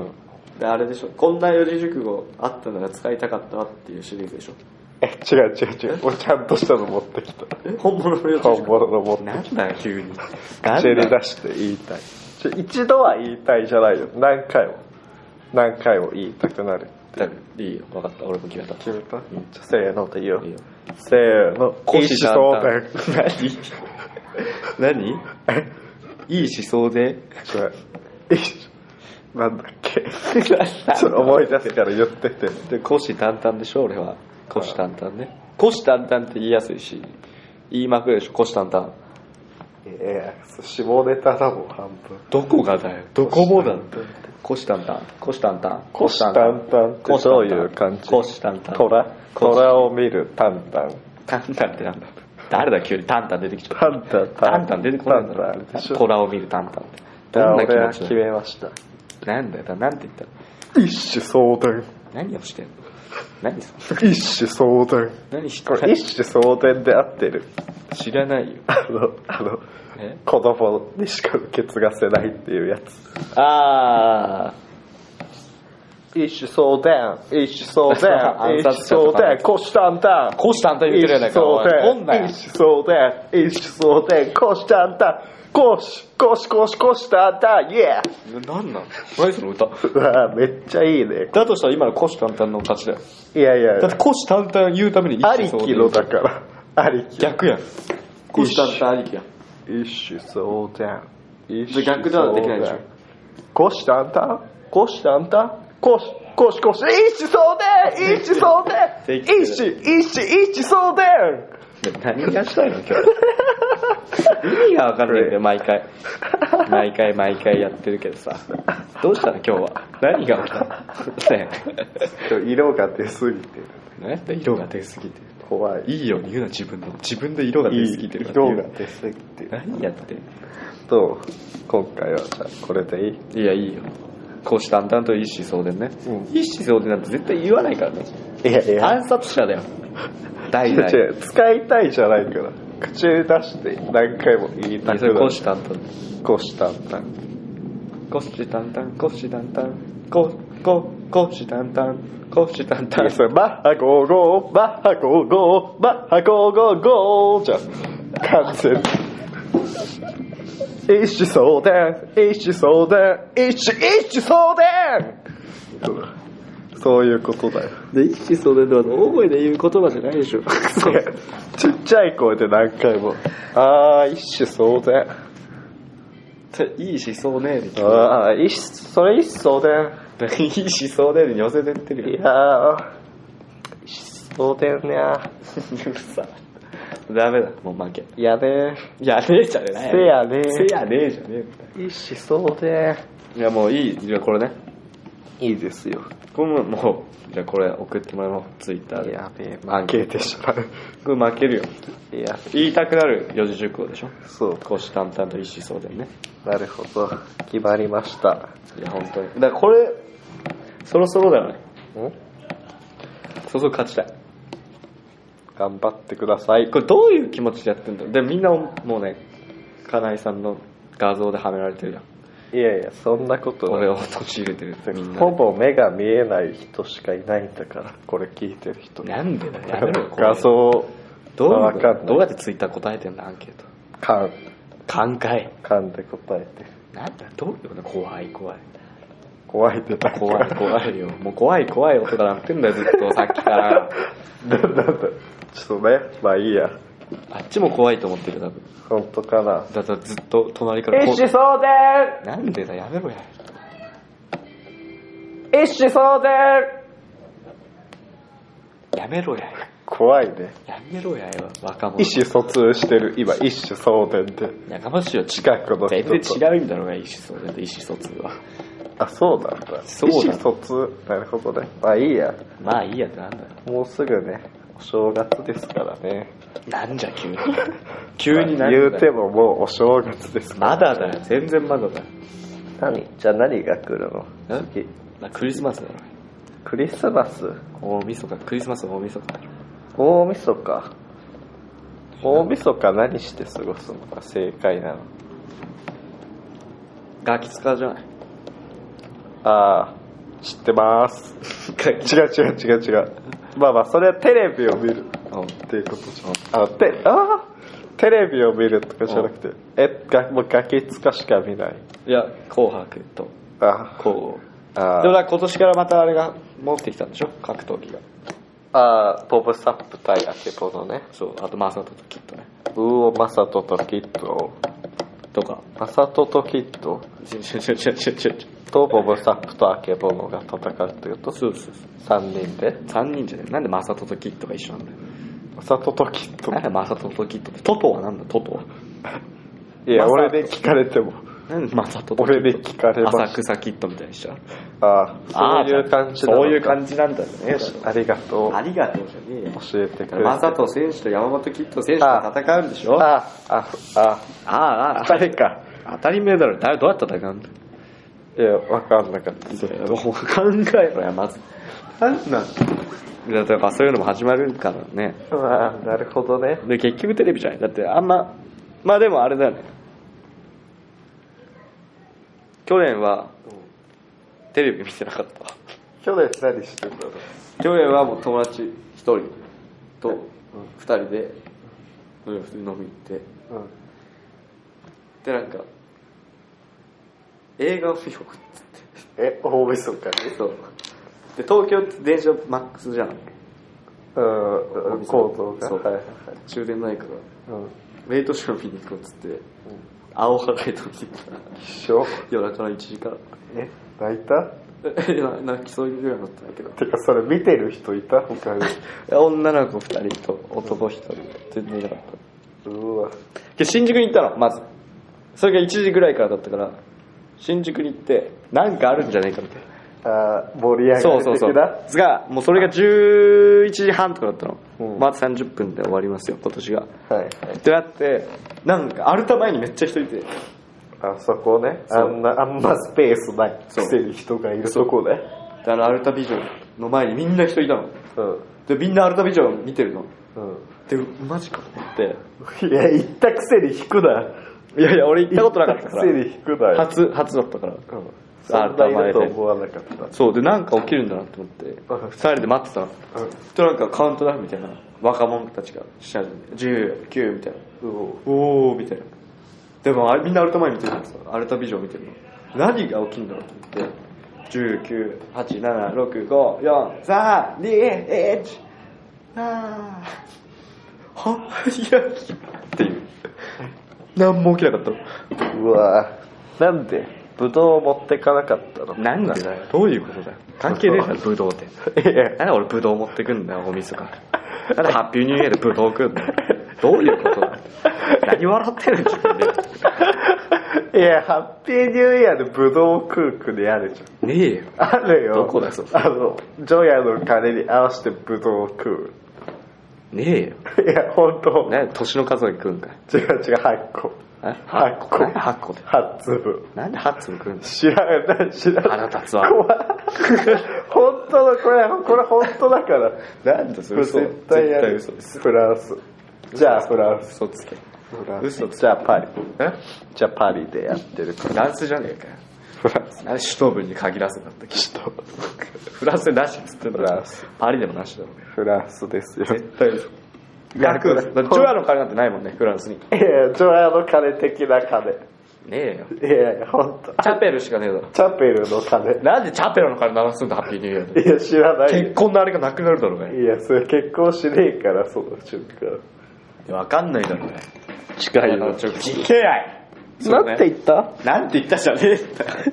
Speaker 1: ん
Speaker 2: で、あれでしょ。こんな四字熟語あったなら使いたかったわっていうシリーズでしょ。
Speaker 1: え違う違う違う俺ちゃんとしたの持ってきた
Speaker 2: 本物の四字
Speaker 1: 本
Speaker 2: 熟語。
Speaker 1: 物の持ってきた
Speaker 2: なんだよ、急に。
Speaker 1: 口に出して言いたいちょ一度は言いたいじゃないよ何回も何回も言いたくなる
Speaker 2: いいよ、分かった。俺も決めた。
Speaker 1: 決めた、じゃあせーので言おう
Speaker 2: いいよ
Speaker 1: せーの
Speaker 2: 虎視
Speaker 1: 一
Speaker 2: 眈
Speaker 1: 緒
Speaker 2: 々
Speaker 1: だよ
Speaker 2: [LAUGHS] 何何いい思想で [LAUGHS]
Speaker 1: [LAUGHS] じゃあ一なんだっけ
Speaker 2: ち
Speaker 1: ちょっと思い出すから言ってて
Speaker 2: で虎視眈々でしょ俺は虎視眈々ね虎視眈々って言いやすいし言いまくるでしょ虎視眈々
Speaker 1: いや下ネタだもん半分
Speaker 2: どこがだよどこもだって虎視眈々虎視眈々
Speaker 1: 虎視眈々ってどういう感じ
Speaker 2: 虎視眈々
Speaker 1: 虎虎を見るタンタン
Speaker 2: タンタンってなんだ誰だ急にタンタン出てきちゃった
Speaker 1: タンタン
Speaker 2: タンタン出てこないんだ
Speaker 1: タンタンでし
Speaker 2: ろ
Speaker 1: ょ
Speaker 2: 虎を見るタンタンって
Speaker 1: じゃ
Speaker 2: ど
Speaker 1: あ
Speaker 2: んな気
Speaker 1: 俺は
Speaker 2: 持ち
Speaker 1: 決
Speaker 2: だよ
Speaker 1: めました
Speaker 2: なんだよだなんて言ったの
Speaker 1: 一種相談
Speaker 2: 何をしてんの何そ
Speaker 1: 一種相談
Speaker 2: 何し
Speaker 1: これ一種相談で合ってる
Speaker 2: 知らないよ
Speaker 1: あのあの
Speaker 2: え
Speaker 1: 子供にしか受け継がせないっていうやつ
Speaker 2: ああ
Speaker 1: 一種相談一種相 [LAUGHS] 談
Speaker 2: 暗
Speaker 1: 一種
Speaker 2: 殺
Speaker 1: 相
Speaker 2: 者とか
Speaker 1: 談虎視眈々
Speaker 2: 虎視眈々言ってるやない
Speaker 1: 一
Speaker 2: かお
Speaker 1: 相
Speaker 2: い来んな
Speaker 1: 談
Speaker 2: よ
Speaker 1: 一相談一相談虎視眈々虎視虎視虎視虎視眈々イエ
Speaker 2: 何なの何その歌
Speaker 1: ーうわめっちゃいいね
Speaker 2: だとしたら今の虎視眈々の勝ちだよ
Speaker 1: いやいや
Speaker 2: だって虎視眈々言うために一
Speaker 1: あ
Speaker 2: 種
Speaker 1: り
Speaker 2: 相談
Speaker 1: きのだからありき
Speaker 2: 逆やん虎視眈々ありきやん
Speaker 1: 一種相談一
Speaker 2: じゃあ逆ではできないでしょ
Speaker 1: 虎視眈々虎視眈々虎視虎視虎視一種相談一種相談
Speaker 2: で
Speaker 1: 一
Speaker 2: きてる
Speaker 1: 種一種一種相談
Speaker 2: [LAUGHS] 何がしたいの今日意味が分かんないんだよ毎回毎回毎回やってるけどさどうしたの今日は何が起きたのね
Speaker 1: 色が出すぎてる
Speaker 2: え何やった色が出すぎてる
Speaker 1: 怖い
Speaker 2: いいように言うな自分の自分で色が出すぎてるから
Speaker 1: 色
Speaker 2: 言うな
Speaker 1: が出すぎてる
Speaker 2: 何やってん
Speaker 1: と今回はじゃあこれでいい
Speaker 2: のいやいいよこうしたんだんと一子相伝ね、
Speaker 1: うん
Speaker 2: 一子相伝なんて絶対言わないからね
Speaker 1: いやい
Speaker 2: 暗殺者だよ代
Speaker 1: 違
Speaker 2: 々
Speaker 1: う違う使いたいじゃないから口に出して何回も言い
Speaker 2: いや
Speaker 1: た
Speaker 2: そ
Speaker 1: く
Speaker 2: れ
Speaker 1: な
Speaker 2: こう
Speaker 1: る
Speaker 2: したんだん
Speaker 1: こしたんだ
Speaker 2: 虎視眈々虎視眈々ここ虎視眈々虎視眈々
Speaker 1: それマッハ55マッハ55マッハ55じゃん完全に一種相談一種相談一種一種相談そういうこと [LAUGHS] だよ
Speaker 2: [LAUGHS] で一子相伝では大声で言う言葉じゃないでしょ
Speaker 1: ちっちゃい声で何回もああ一種相談
Speaker 2: いい思想ねえ
Speaker 1: ああ、いっそれいっそうだよ。
Speaker 2: いい思想ねえに寄せてって
Speaker 1: い
Speaker 2: るよ
Speaker 1: やー、そうだよね。
Speaker 2: [LAUGHS] うるさダメだもう負け
Speaker 1: やべえ。
Speaker 2: いやねえじゃねえ
Speaker 1: せやねえ
Speaker 2: せやねえじゃねえんだよ
Speaker 1: いっしそうで。
Speaker 2: いやもういいじゃあこれね
Speaker 1: いいですよ。
Speaker 2: これももうじゃあこれ送ってもらおうツイッターで
Speaker 1: やべえ、
Speaker 2: 負
Speaker 1: 負
Speaker 2: け
Speaker 1: けてしまう。
Speaker 2: これ負けるよ
Speaker 1: いや、
Speaker 2: 言いたくなる四字熟語でしょ
Speaker 1: そうか。
Speaker 2: 虎視眈々と一子相伝ね
Speaker 1: なるほど。決まりました。ん
Speaker 2: いや本当にだからこれそろそろだよねそろそろ勝ちたい
Speaker 1: 頑張ってください。
Speaker 2: これどういう気持ちでやってんだろうでみんなもうね金井さんの画像ではめられてるじゃん
Speaker 1: いやいや、そんなこと
Speaker 2: 俺
Speaker 1: は。
Speaker 2: を陥れてるみんな
Speaker 1: ほぼ目が見えない人しかいないんだから、これ聞いてる人。
Speaker 2: なんでだよやめろよ
Speaker 1: 画像
Speaker 2: どう
Speaker 1: が
Speaker 2: いう
Speaker 1: わ
Speaker 2: こ
Speaker 1: か
Speaker 2: と
Speaker 1: んな
Speaker 2: どう
Speaker 1: い。
Speaker 2: やってツイッター答えてんだアンケート
Speaker 1: かん、
Speaker 2: 寛解
Speaker 1: かんで答えて。
Speaker 2: なんだよどういうこと怖い怖い
Speaker 1: 怖いでた
Speaker 2: 怖い怖いよ [LAUGHS] もう怖い怖い音が鳴ってんだよずっとさっきから [LAUGHS]
Speaker 1: なん [LAUGHS] だなんだちょっとねまあいいや
Speaker 2: あっちも怖いと思ってる多分
Speaker 1: 本当かな
Speaker 2: だからずっと隣からこう
Speaker 1: 相伝
Speaker 2: なんでだやめろや
Speaker 1: 一種相伝
Speaker 2: やめろや
Speaker 1: 怖いね
Speaker 2: やめろやよ若者
Speaker 1: 意思疎通してる今一種相伝で
Speaker 2: やかましいよ近
Speaker 1: 近くの人と
Speaker 2: 全然違うんだろうが意思疎通意思疎通は
Speaker 1: あそうなんだ
Speaker 2: そうだ
Speaker 1: 意思疎通なるほどねまあいいや
Speaker 2: まあいいやってなんだよ
Speaker 1: もうすぐねお正月ですからね
Speaker 2: なんじゃ急に [LAUGHS] 急に
Speaker 1: ま
Speaker 2: な
Speaker 1: あ
Speaker 2: ん
Speaker 1: 言
Speaker 2: だ
Speaker 1: うて
Speaker 2: よ
Speaker 1: ももうお正月です
Speaker 2: まだだよ全然まだだよ
Speaker 1: 何じゃあ何が来るの次
Speaker 2: なクリスマスだろ
Speaker 1: クリスマス
Speaker 2: 大晦日クリスマス大晦日だろ
Speaker 1: 大晦日大晦日何して過ごすのが正解なの
Speaker 2: ガキ使うじゃない
Speaker 1: ああ知ってます
Speaker 2: ガ
Speaker 1: [LAUGHS]
Speaker 2: キ
Speaker 1: 違う違う違う違うまあまあそれはテレビを見る
Speaker 2: うん
Speaker 1: っていうことじゃんあてあーテレビを見るとかじゃなくてえがもうガキつかしか見ない
Speaker 2: いや紅白と
Speaker 1: あ
Speaker 2: こう
Speaker 1: あ
Speaker 2: でもなんか今年からまたあれが戻ってきたんでしょ格闘技が
Speaker 1: あーボブサップ対アケボのね
Speaker 2: そうあとマーサートとキットね
Speaker 1: ウーオマサトとキッドを
Speaker 2: とか。
Speaker 1: マサトとキッド
Speaker 2: ちょちょちょちょちょちょ。
Speaker 1: とボブサップとアケボノが戦うってこと
Speaker 2: そうそうそ
Speaker 1: 3人で
Speaker 2: う。3人じゃない。なんでマサトとキッドが一緒なんだよ。
Speaker 1: マサトとキッド
Speaker 2: なんでマサトとキッドって。トトはなんだトトは。
Speaker 1: いや
Speaker 2: マサト
Speaker 1: 俺で聞かれても
Speaker 2: なんでマサトと
Speaker 1: 俺で聞かれま
Speaker 2: 浅
Speaker 1: す
Speaker 2: 草キッドみたいにしちゃう。
Speaker 1: ああそういう感じなの
Speaker 2: そ
Speaker 1: か
Speaker 2: ういう感じなんだよね。
Speaker 1: ありがとう
Speaker 2: ありがとうじゃねえよ。
Speaker 1: 教えてくれて
Speaker 2: マサト選手と山本キッド選手が戦うんでしょ
Speaker 1: あ
Speaker 2: あ
Speaker 1: ああ
Speaker 2: あ、あ
Speaker 1: あ
Speaker 2: あ、
Speaker 1: 誰か
Speaker 2: 当たり前だろ。誰、どうやって戦うんだよ。
Speaker 1: いや分かんなかった
Speaker 2: もう考えろや、まず。
Speaker 1: なんなん
Speaker 2: いやだからそういうのも始まるからね。
Speaker 1: まあなるほどね
Speaker 2: で、結局テレビじゃない。だってあんま、まあでもあれだよね。去年は、テレビ見てなかったわ。
Speaker 1: 去年何してたの
Speaker 2: 去年はもう友達一人と二人で、うん、普通に飲み行って。
Speaker 1: うん
Speaker 2: で、なんか、映画を見ようっつって。
Speaker 1: え大晦日に
Speaker 2: そう。で、東京って電車マックスじゃん。
Speaker 1: うんうん行動が
Speaker 2: そう
Speaker 1: はいはい
Speaker 2: 終電ないから。
Speaker 1: はい
Speaker 2: レイトショー見に行こうっつって、青葉レイト見に行ったら、
Speaker 1: 一緒
Speaker 2: 夜中の1時から。 [LAUGHS]
Speaker 1: え泣いた
Speaker 2: えな泣きそうにぐらいだったんだけど。
Speaker 1: てかそれ見てる人いた他に
Speaker 2: 女の子2人と男1人全然いなかっ
Speaker 1: うわ
Speaker 2: たで新宿に行ったのまずそれが1時ぐらいからだったから新宿に行ってなんかあるんじゃないかみたいな
Speaker 1: あー盛り上
Speaker 2: そ
Speaker 1: が
Speaker 2: う
Speaker 1: り
Speaker 2: そうそう
Speaker 1: 的な
Speaker 2: ですがもうそれが11時半とかだったの、
Speaker 1: うん
Speaker 2: まず30分で終わりますよ今年が
Speaker 1: はいはい
Speaker 2: ってなってなんかアルタ前にめっちゃ人いて
Speaker 1: あそこね
Speaker 2: そう
Speaker 1: あんなあんなスペースないくせに人がいるそこね
Speaker 2: であのアルタビジョンの前にみんな人いたの
Speaker 1: うん
Speaker 2: でみんなアルタビジョン見てるの
Speaker 1: う
Speaker 2: でマジかと思って
Speaker 1: んいや行ったくせに引くない
Speaker 2: やいや俺行ったことなかったか
Speaker 1: 行ったくせに引くな
Speaker 2: ら
Speaker 1: よ
Speaker 2: 初初だったから
Speaker 1: うんそんないると思わなかった
Speaker 2: そうでなんか起きるんだなと思って
Speaker 1: うん
Speaker 2: 2人で待ってたの
Speaker 1: うん
Speaker 2: となんかカウントダウンみたいな若者たちがし始めて19みたいな
Speaker 1: うん
Speaker 2: おおみたいなでもあれみんなアルタ前見てるんですよアルタビジョン見てるの何が起きるんだろうと思って19876543212ああはっいやっていう何も起きなかったの
Speaker 1: うわなんでブドウを持ってかなかったの
Speaker 2: 何なんだよどういうことだよ関係ねえだろブドウってなんで俺ブドウ持ってくんだよおみそかなんでハッピーニューイヤーでブドウ食うんだよどういうことだよ何笑ってるん自分で
Speaker 1: いやハッピーニューイヤーでブドウを食う国あるじゃん
Speaker 2: ねえよ
Speaker 1: あるよ
Speaker 2: どこだそれ
Speaker 1: あのジョヤの鐘に合わせてブドウを食
Speaker 2: ねえよ
Speaker 1: ういや本当
Speaker 2: 何で年の数で食うんかい
Speaker 1: 違う違う8個
Speaker 2: え
Speaker 1: 8個
Speaker 2: 何8個で
Speaker 1: 8粒
Speaker 2: なんで8粒食うんだよ
Speaker 1: 知らない知らない
Speaker 2: 腹立つわ
Speaker 1: 怖い本当のこれこれ本当だから
Speaker 2: なんだ
Speaker 1: これ絶対やる
Speaker 2: 絶対嘘です
Speaker 1: フランスじゃあフランス
Speaker 2: 嘘つけ
Speaker 1: フラ
Speaker 2: 嘘つけ
Speaker 1: じゃあパリ
Speaker 2: え
Speaker 1: じゃあパリでやってるか
Speaker 2: フ
Speaker 1: ら
Speaker 2: ランスじゃねえかよ
Speaker 1: フランス
Speaker 2: なんで首都部に限らせたんだっけ首都フランスでなしっつってんだろ
Speaker 1: フランス
Speaker 2: パリでもなしだろ
Speaker 1: フランスですよ
Speaker 2: 絶対嘘
Speaker 1: 楽だ
Speaker 2: だってジョアの金なんてないもんねフランスにね
Speaker 1: いやジョヤの鐘的な鐘
Speaker 2: えよ
Speaker 1: いやいや本当
Speaker 2: チャペルしかねえだろ
Speaker 1: チャペルの鐘
Speaker 2: なんでチャペルの金鳴らすんだハッピーニューイヤーで
Speaker 1: いや知らない
Speaker 2: 結婚のあれがなくなるだろうね
Speaker 1: いやそれ結婚しねえからその瞬間
Speaker 2: わかんないだろうね
Speaker 1: 近
Speaker 2: あのちょ聞けないそうね
Speaker 1: なんて言った
Speaker 2: なんて言ったじゃね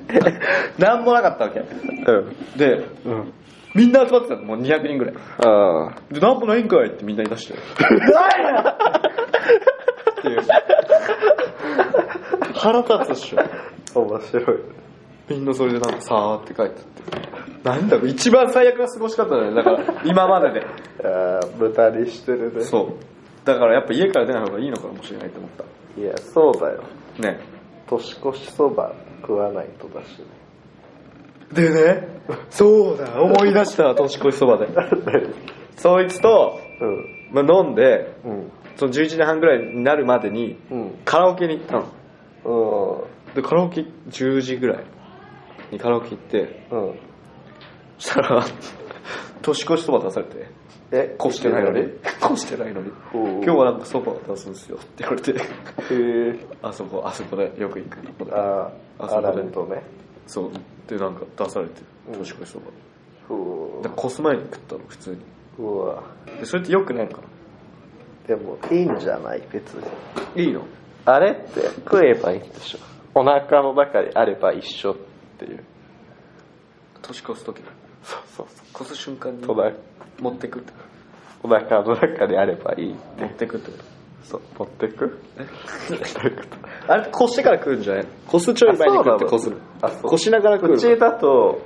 Speaker 2: えんだよ [LAUGHS] なんもなかったわけ
Speaker 1: うん
Speaker 2: で
Speaker 1: うん
Speaker 2: みんな集まってたのもう200人ぐらい
Speaker 1: ああ
Speaker 2: でなんもないんかいってみんな言い出してっていう [LAUGHS] 腹立つっしょ
Speaker 1: 面白い
Speaker 2: みんなそれでなんかさーって書いてあってなんだろう一番最悪な過ごし方だよねだから今までで
Speaker 1: ああ無駄にしてるね
Speaker 2: そうだからやっぱ家から出ない方がいいのかもしれないと思った
Speaker 1: いやそうだよ
Speaker 2: ね
Speaker 1: 年越しそば食わないとだ [LAUGHS] しね
Speaker 2: でねそうだ思い出した年越しそばでそいつと、
Speaker 1: うん
Speaker 2: まあ、飲んで
Speaker 1: うん
Speaker 2: その11時半ぐらいになるまでに
Speaker 1: うん
Speaker 2: カラオケに行ったの
Speaker 1: うん
Speaker 2: でカラオケ10時ぐらいにカラオケ行って
Speaker 1: うん
Speaker 2: そしたら年越しそば出されて
Speaker 1: え
Speaker 2: 越してないのに越してないのに
Speaker 1: おうおう
Speaker 2: 今日はなんかそば出すんですよって言われて
Speaker 1: へえ
Speaker 2: あそこあそこでよく行くとこで
Speaker 1: ああ
Speaker 2: あそ
Speaker 1: ア
Speaker 2: うだ
Speaker 1: ラ
Speaker 2: ね
Speaker 1: ンとね
Speaker 2: そうでなんか出されて
Speaker 1: うん
Speaker 2: 年越しそば
Speaker 1: うお
Speaker 2: で越す前に食ったの普通に
Speaker 1: うわ
Speaker 2: でそれってよくないのかな
Speaker 1: でもいいんじゃない別に
Speaker 2: いいの
Speaker 1: あれって食えばいいんでしょお腹の中にあれば一緒っていう
Speaker 2: 年越す時
Speaker 1: そうそうそ
Speaker 2: 越す瞬間に
Speaker 1: うおな
Speaker 2: 持ってくって
Speaker 1: お腹の中にあればいい
Speaker 2: 持ってくってこと
Speaker 1: そう持ってくどういうこと
Speaker 2: あれ越してから食うんじゃないの越すちょい前に食って越すの
Speaker 1: あそう
Speaker 2: 越しながら食うの
Speaker 1: うちだと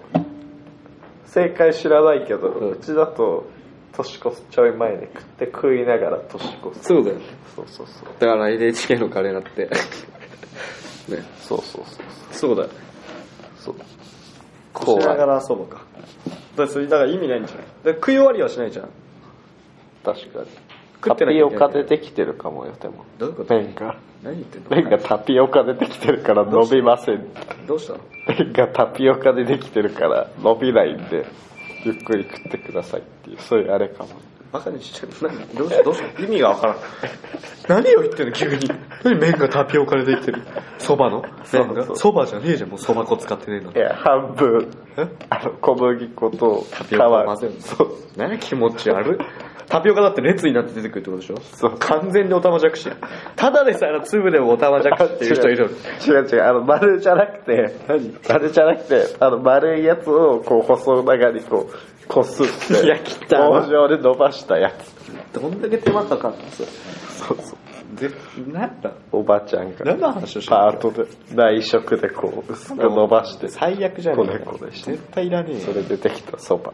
Speaker 1: 正解知らないけど、
Speaker 2: う
Speaker 1: うんちだと年越すちょい前に食って食いながら年越す
Speaker 2: そうだよね
Speaker 1: そうそうそう
Speaker 2: だから NHK のカレーだって [LAUGHS] ね
Speaker 1: そうそうそう
Speaker 2: そうだよ
Speaker 1: そう
Speaker 2: こ
Speaker 1: こ
Speaker 2: う
Speaker 1: う
Speaker 2: しながら遊ぶかだからそれだから意味ないんじゃないだから食い終わりはしないじゃん
Speaker 1: 確かに
Speaker 2: 食
Speaker 1: タ
Speaker 2: ってなきゃいけない
Speaker 1: ピオカ出てきてるかもよでも
Speaker 2: どういうこと
Speaker 1: 麺が
Speaker 2: 何言ってんの
Speaker 1: 麺がタピオカ出てきてるから伸びません
Speaker 2: どうしたの
Speaker 1: 麺がタピオカでできてるから伸びないんでゆっくり食ってくださいっていうそういうあれかも
Speaker 2: バカにしてる何どうしたどうした意味がわからん何を言ってんの急に何麺がタピオカでできてるそばの
Speaker 1: そう
Speaker 2: 麺が
Speaker 1: そう
Speaker 2: そばじゃねえじゃんもうそば粉使ってねえの
Speaker 1: いや半分
Speaker 2: え
Speaker 1: あの小麦粉と
Speaker 2: タピオカを混ぜるの
Speaker 1: そう
Speaker 2: 何気持ち悪いタピオカだって列になって出てくるってことでしょ
Speaker 1: そう
Speaker 2: 完全にオタマジャクシただでさえの粒でもオタマジャクシっていう人いる
Speaker 1: 違う違うあの丸じゃなくて
Speaker 2: 何
Speaker 1: 丸じゃなくてあの丸いやつをこう細長にこうこすって
Speaker 2: [LAUGHS] いや汚い
Speaker 1: 棒状で伸ばしたやつ
Speaker 2: どんだけ手間かかったのそれ
Speaker 1: そうそう
Speaker 2: でなんだ
Speaker 1: おばちゃんが
Speaker 2: 何の話をしてる
Speaker 1: パートで内職でこう薄く伸ばして
Speaker 2: 最悪じゃねえか
Speaker 1: こねこねして
Speaker 2: 絶対いらねえ
Speaker 1: そ
Speaker 2: よ
Speaker 1: れでできたそば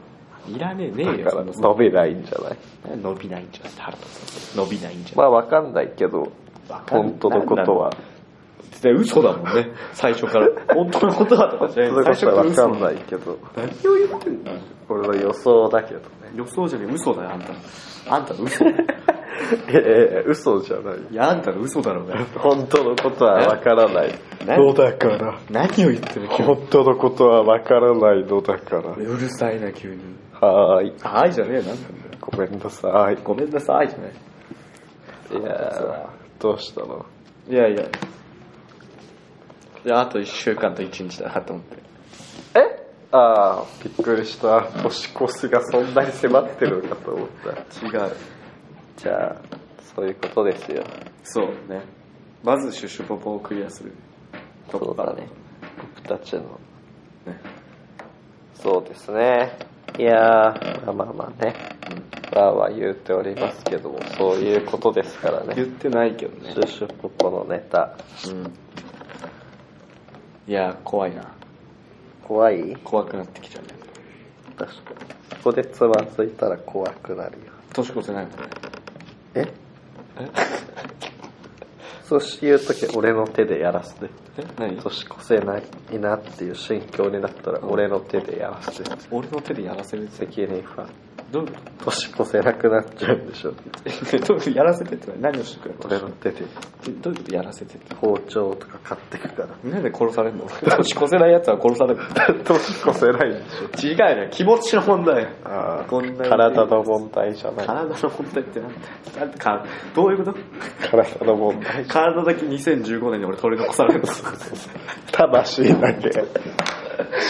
Speaker 2: いらねえねえ
Speaker 1: だ
Speaker 2: よ
Speaker 1: か
Speaker 2: そ
Speaker 1: ら
Speaker 2: んな
Speaker 1: 伸びないんじゃない
Speaker 2: 伸びないんじゃん腹立つ伸びないんじゃん
Speaker 1: まあわかんないけど
Speaker 2: わかん
Speaker 1: 本当のことは
Speaker 2: 絶対嘘だもんね最初 [LAUGHS] から本当のことはとかじゃ
Speaker 1: 本当
Speaker 2: な
Speaker 1: の
Speaker 2: い
Speaker 1: ことはわかんないいけど
Speaker 2: 何を言ってんの
Speaker 1: これは予想だけ
Speaker 2: [LAUGHS]
Speaker 1: どね
Speaker 2: 予想じゃねえ嘘だよあんたのあんたの嘘
Speaker 1: ええ嘘じゃない
Speaker 2: いやあんたの嘘だろうが
Speaker 1: 本当のことはわからない
Speaker 2: ね
Speaker 1: のだから
Speaker 2: 何を言ってる
Speaker 1: 本当のことはわからないのだから
Speaker 2: うるさいな急に
Speaker 1: はーい
Speaker 2: あいじゃねえなんなんだよ
Speaker 1: ごめんなさい
Speaker 2: ごめんなさいじゃない
Speaker 1: いやーどうしたの
Speaker 2: いやいやいやあと1週間と1日だなと思って
Speaker 1: えああびっくりした年越しがそんなに迫ってるのかと思った
Speaker 2: 違う
Speaker 1: じゃあそういうことですよ
Speaker 2: そうねまずシュシュポポをクリアするとこからね
Speaker 1: 僕たちの
Speaker 2: ね
Speaker 1: そうですねいやーまあまあまあねわーわー言うておりますけどもそういうことですから
Speaker 2: 言っ
Speaker 1: ね
Speaker 2: てないけどね
Speaker 1: シュシュポポのネタ
Speaker 2: うんいや怖いな
Speaker 1: 怖い
Speaker 2: 怖くなってきちゃうね
Speaker 1: 確かにそこでつまずいたら怖くなるよ
Speaker 2: 年越せないもんね
Speaker 1: え [LAUGHS] そうし言うとき俺の手でやらせて
Speaker 2: え何
Speaker 1: 年越せないなっていう心境になったら俺の手でやらせて
Speaker 2: 俺の手でやらせるって
Speaker 1: 責任不安
Speaker 2: どういうこ
Speaker 1: 年越せなくなっちゃうんでしょ
Speaker 2: とどういうことやらせてって何をしてくれる
Speaker 1: 俺の手で
Speaker 2: どういうことやらせてって
Speaker 1: 包丁とか買ってくから
Speaker 2: なんで殺されんの年越せない奴は殺され
Speaker 1: [LAUGHS]
Speaker 2: る
Speaker 1: 年越せないんでし
Speaker 2: 違うよ気持ちの問題
Speaker 1: ょあ
Speaker 2: こんなに
Speaker 1: 体の問題じゃない
Speaker 2: 体の問題ってなんだなんてかどういうこと
Speaker 1: 体の問題
Speaker 2: 体だけ2015年に俺取り残されるの
Speaker 1: [LAUGHS] 魂だけ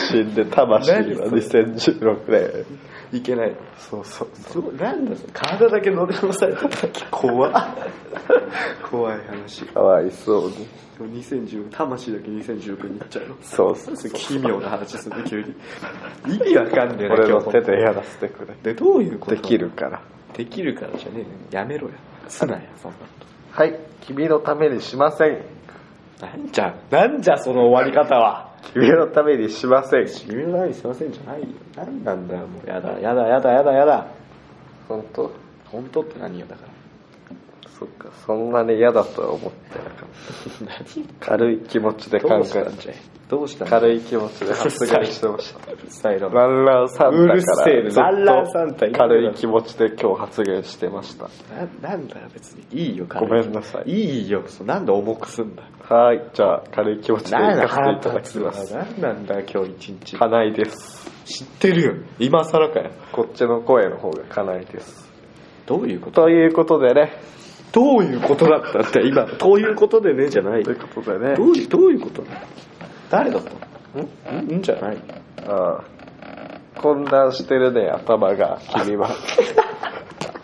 Speaker 1: 死んで魂は
Speaker 2: 何そ
Speaker 1: 2016年
Speaker 2: いけない
Speaker 1: そうそう
Speaker 2: そうなんだそれ体だけ乗り残されてた
Speaker 1: [LAUGHS]
Speaker 2: 怖っ怖い話
Speaker 1: かわいそうに
Speaker 2: 2010魂だけ2019に行っちゃうの
Speaker 1: そうそう
Speaker 2: それ奇妙な話する急に意味わかんねえな
Speaker 1: 俺の
Speaker 2: 今日
Speaker 1: 手でやらせてくれ
Speaker 2: でどういうこと
Speaker 1: できるから
Speaker 2: できるからじゃねえよやめろやすなやそんなこと
Speaker 1: はい君のためにしません
Speaker 2: なんじゃ、なんじゃその終わり方は。
Speaker 1: 君のためにしません
Speaker 2: 君のないすいませんじゃないよ。なんなんだよ、もう。やだ、やだ、やだ、やだ、やだ。
Speaker 1: 本当
Speaker 2: 本当って何よ、だから。
Speaker 1: そっかそんなに嫌だとは思ってなかった軽い気持ちで考
Speaker 2: どう
Speaker 1: え
Speaker 2: したんじゃいどうしたんじゃい
Speaker 1: 軽い気持ちで発言してました
Speaker 2: うるさいな
Speaker 1: ランランサンタから
Speaker 2: うるせえ
Speaker 1: ず
Speaker 2: な
Speaker 1: っと
Speaker 2: ランランサンタいいな
Speaker 1: 軽い気持ちで今日発言してました
Speaker 2: ななんだよ、別に。いいよ、
Speaker 1: ごめんなさい
Speaker 2: い。いいよ、そうなんで重くすんだよ。
Speaker 1: はいじゃあ軽い気持ちで
Speaker 2: なんだ
Speaker 1: 行
Speaker 2: よ、
Speaker 1: かせていただ
Speaker 2: 腹立
Speaker 1: き
Speaker 2: つわ
Speaker 1: ます
Speaker 2: なんなんだよ、今日一日。
Speaker 1: 家内です
Speaker 2: 知ってるよ。今更かよ。
Speaker 1: こっちの声の方が家内です
Speaker 2: どういうこと
Speaker 1: ということでね
Speaker 2: どういうことだったんだよ、今。どういうことでね、じゃない
Speaker 1: ということでね
Speaker 2: どういう、どういうこと誰だったのんんんじゃない
Speaker 1: ああ混乱してるね頭が
Speaker 2: [LAUGHS]
Speaker 1: 君は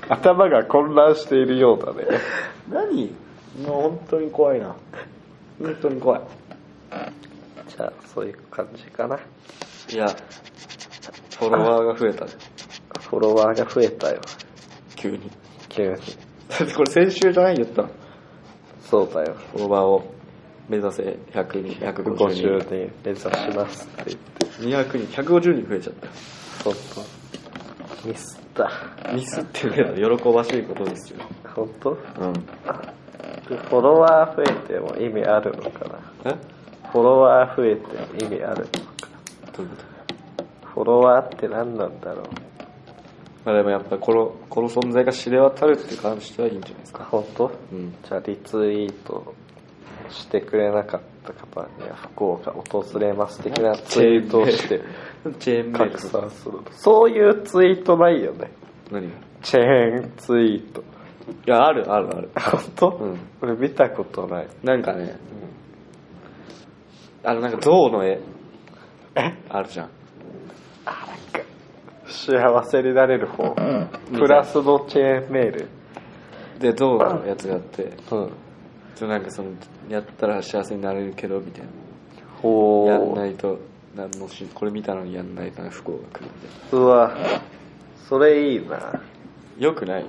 Speaker 1: 頭が混乱しているようだね
Speaker 2: 何
Speaker 3: もう本当に怖いな本当に怖い
Speaker 1: じゃあそういう感じかない
Speaker 2: や、フォロワーが増えたね、
Speaker 1: フォロワーが増えたよ
Speaker 2: 急に。
Speaker 1: 急に
Speaker 2: だってこれ先週じゃない言ったの
Speaker 1: そうだよ
Speaker 2: フォロワーを目指せ100人、
Speaker 1: 50
Speaker 2: 150人。
Speaker 1: 人目指しますって言って
Speaker 2: 200人、150人増えちゃった。
Speaker 1: ちょっとミスった
Speaker 2: ミスっていうのは喜ばしいことですよ。
Speaker 1: 本当
Speaker 2: うん。
Speaker 1: フォロワー増えても意味あるのかな
Speaker 2: え
Speaker 1: フォロワー増えても意味あるのか
Speaker 2: どういうこと
Speaker 1: フォロワーって何なんだろう
Speaker 2: まあでもやっぱこの、この存在が知れ渡るって感じはいいんじゃないですか。
Speaker 1: 本当
Speaker 2: うん。
Speaker 1: じゃあリツイートしてくれなかった方には不幸が訪れます的なツイートをして
Speaker 2: チェーンメール
Speaker 1: 拡。散するそういうツイートないよね
Speaker 2: 何がい
Speaker 1: チェーンツイート
Speaker 2: や、あるあるある。
Speaker 1: 本当、
Speaker 2: うん
Speaker 1: 俺見たことない
Speaker 2: なんかね、あのなんか象の絵、あるじゃん。
Speaker 1: 幸せになれる方、プラスのチェーンメール
Speaker 2: で、象のやつがあって、
Speaker 1: うん
Speaker 2: そうなんかその、やったら幸せになれるけど、みたいな。
Speaker 1: ほ
Speaker 2: やん
Speaker 1: う
Speaker 2: ないと、なんもし、これ見たのにやんないと不幸が来るみたいう
Speaker 1: わそれいいな
Speaker 2: な。よくないよ。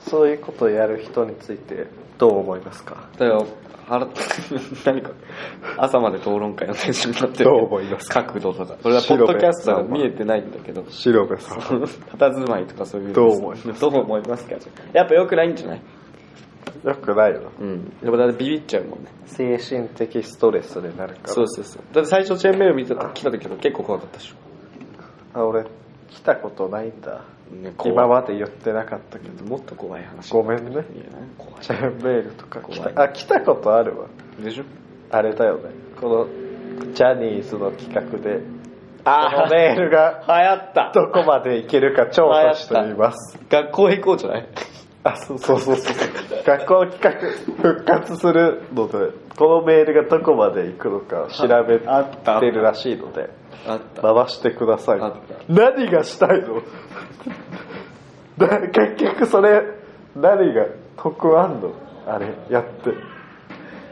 Speaker 1: そういうことをやる人についてどう思いますか
Speaker 2: だよ、腹、 [LAUGHS] 何か、朝まで討論会の選手になってる。
Speaker 1: どう思います
Speaker 2: 角度とか。俺はポッドキャストは見えてないんだけど、
Speaker 1: 白部
Speaker 2: [LAUGHS]
Speaker 1: さん
Speaker 2: たずまいとかそういう。
Speaker 1: どう思い
Speaker 2: [LAUGHS] どう思いますかやっぱ良くないんじゃない
Speaker 1: よくないよ
Speaker 2: うん。やっぱだってビビっちゃうもんね。
Speaker 1: 精神的ストレスになるから
Speaker 2: そうそうそう。だって最初チェーンメール見た来た時は結構怖かったでしょ。
Speaker 1: あ俺来たことないんだ
Speaker 2: ね怖い
Speaker 1: 今まで言ってなかったけど
Speaker 2: もっと怖い話。
Speaker 1: ご
Speaker 2: ん。
Speaker 1: めんね
Speaker 2: いや、怖
Speaker 1: チェーンメールとか来
Speaker 2: 怖い
Speaker 1: たあ来たことあるわ
Speaker 2: い。でしょ
Speaker 1: あれだよねこのジャニーズの企画で
Speaker 2: あ
Speaker 1: このメールが
Speaker 2: 流行った。
Speaker 1: どこまでいけるか調査してみます
Speaker 2: 学校へ行こうじゃない
Speaker 1: あそうそうそうそう学校企画復活するのでこのメールがどこまで行くのか調べ
Speaker 2: あった
Speaker 1: てるらしいので
Speaker 2: あった。
Speaker 1: 回してください
Speaker 2: あった
Speaker 1: 何がしたいの [LAUGHS] だ結局それ何が得あんのあれやって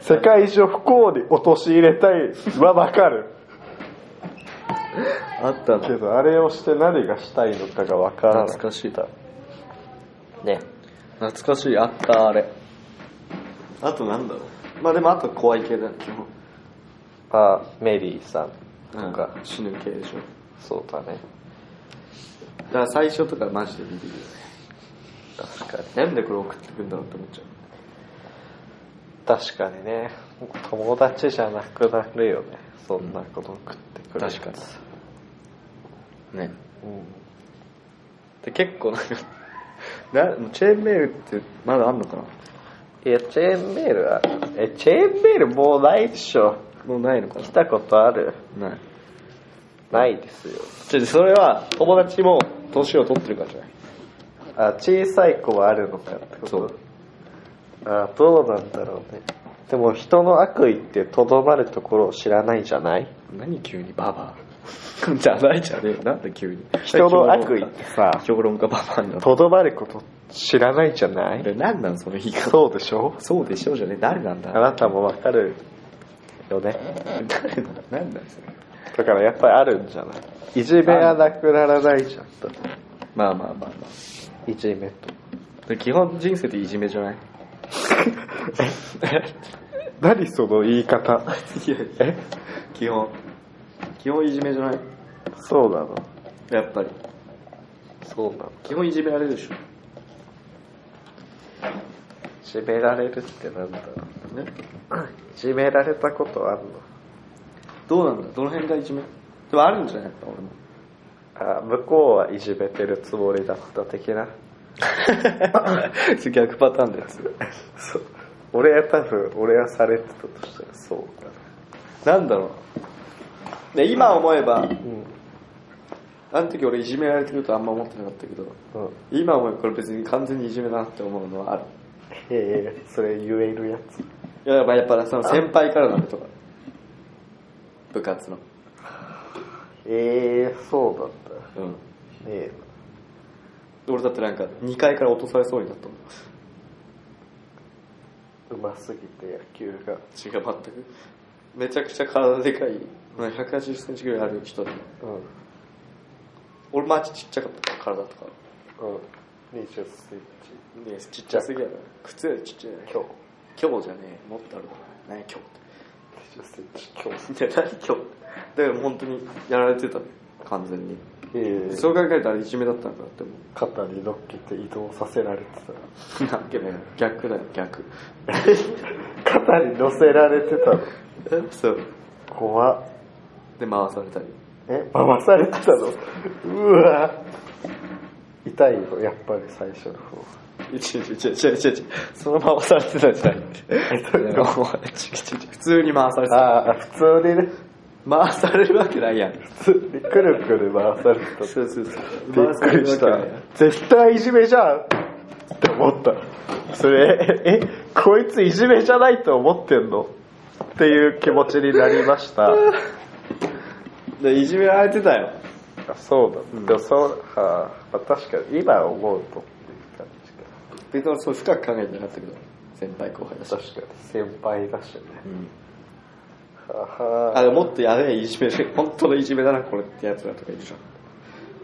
Speaker 1: 世界中を不幸に陥れたいは分かる
Speaker 2: あった
Speaker 1: けどあれをして何がしたいのかが分からない
Speaker 2: 懐かしいだ。
Speaker 1: ね
Speaker 2: 懐かしい、あった、あれ。あとなんだろう。まあでもあと怖い系だね、基本。
Speaker 1: あメリーさんと
Speaker 2: なん
Speaker 1: か
Speaker 2: か、死ぬ系でしょ。
Speaker 1: そうだね
Speaker 2: だから最初とかマジでビビるよね。
Speaker 1: 確かに
Speaker 2: なんでこれ送ってくんだろうって思っちゃう。
Speaker 1: 確かにね友達じゃなくなるよねそんなこと送ってくるやつ
Speaker 2: 確かね。
Speaker 1: うん
Speaker 2: で、結構なんか [LAUGHS] な、もうチェーンメールってまだあんのかない
Speaker 1: や、チェーンメールは、え、チェーンメールもうないでしょ。
Speaker 2: もうないのか
Speaker 1: 来たことある
Speaker 2: なない。
Speaker 1: ないですよ。
Speaker 2: ちょ、それは友達も年を取ってるからじゃない
Speaker 1: あ、小さい子はあるのかってこと
Speaker 2: そう。
Speaker 1: あ、どうなんだろうね。でも人の悪意ってとどまるところを知らないじゃない
Speaker 2: 何急にババア [LAUGHS] じゃないじゃねえよなんで急に
Speaker 1: 人の悪意ってさ、
Speaker 2: 評論家ババアになって
Speaker 1: とどまること知らないじゃな
Speaker 2: で
Speaker 1: い
Speaker 2: 何なんその言い方
Speaker 1: そうでしょ
Speaker 2: そうでしょうじゃねえ誰なん
Speaker 1: あ
Speaker 2: だ
Speaker 1: なたもわかるよね。
Speaker 2: 誰なんだ何なんそ
Speaker 1: だ
Speaker 2: れ
Speaker 1: からやっぱりあるんじゃないいじめはなくならないじゃん。
Speaker 2: まあまあまあま
Speaker 1: いじめと。
Speaker 2: あで基本人生っていじめじゃない
Speaker 1: [LAUGHS] 何その言い方。
Speaker 2: いやえ基本基本いじめじゃない
Speaker 1: そうなの
Speaker 2: やっぱり
Speaker 1: そうなの
Speaker 2: 基本いじめられるでしょ
Speaker 1: いじめられるってなんだろう
Speaker 2: ね
Speaker 1: いじめられたことあんの
Speaker 2: どうなんだどの辺がいじめでもあるんじゃないやっぱ俺も
Speaker 1: あ向こうはいじめてるつもりだった的な
Speaker 2: それ逆パターンです
Speaker 1: [LAUGHS] そう俺は多分俺はされてたとしたらそうだ
Speaker 2: なんだろうで今思えば
Speaker 1: う
Speaker 2: あの時俺いじめられてるとあんま思ってなかったけど
Speaker 1: ん、うん、
Speaker 2: 今思えばこれ別に完全にいじめだなって思うのはある
Speaker 1: へえそれ言えるやつ
Speaker 2: いややっぱやっぱその先輩からのことか部活の
Speaker 1: ええそうだったね
Speaker 2: うん
Speaker 1: え
Speaker 2: 俺だってなんか2階から落とされそうになったもん
Speaker 1: うますぎて野球が
Speaker 2: 違う、全く。めちゃくちゃ体でかい。180センチぐらいある人で。
Speaker 1: うんうん
Speaker 2: 俺マジちっちゃかったから、体とか。
Speaker 1: 20センチ
Speaker 2: ねちっちゃすぎやろ。靴よりちっちゃいよね。
Speaker 1: 今
Speaker 2: 今日じゃねえ。もっとあるわ。何や今
Speaker 1: 日
Speaker 2: 日。
Speaker 1: 20センチ今日
Speaker 2: いや何今日だから本当にやられてたね完全に
Speaker 1: ええ
Speaker 2: そう考えたらいじめだったんだって思う
Speaker 1: 肩に乗っけて移動させられてた
Speaker 2: なんかね逆だよ逆
Speaker 1: 肩に乗せられてたの
Speaker 2: そう
Speaker 1: 怖っ
Speaker 2: で回されたり
Speaker 1: え回されてたのうわ痛いよやっぱり最初の方
Speaker 2: 違う違う違う違う違うその回されてたじゃない
Speaker 1: どういうこ
Speaker 2: 普通に回されてた
Speaker 1: ああ普通にね
Speaker 2: 回されるわけないやん
Speaker 1: 普通にくるくる回されてた
Speaker 2: そうそうそう
Speaker 1: びっくりした
Speaker 2: 回されるわけないやん
Speaker 1: 絶対いじめじゃんって思ったそれええこいついじめじゃないと思ってんのっていう気持ちになりました
Speaker 2: でいじめられてたよ
Speaker 1: あそうだ、でもそうはあ、まあ、確かに今思うとっていう感じ
Speaker 2: 別にそう深く考えてなかったけど先輩後輩だし
Speaker 1: が確かに先輩だしね、
Speaker 2: うん
Speaker 1: はは
Speaker 2: あでももっとやべえいじめで [LAUGHS] 本当のいじめだなこれってやつらとかいるじ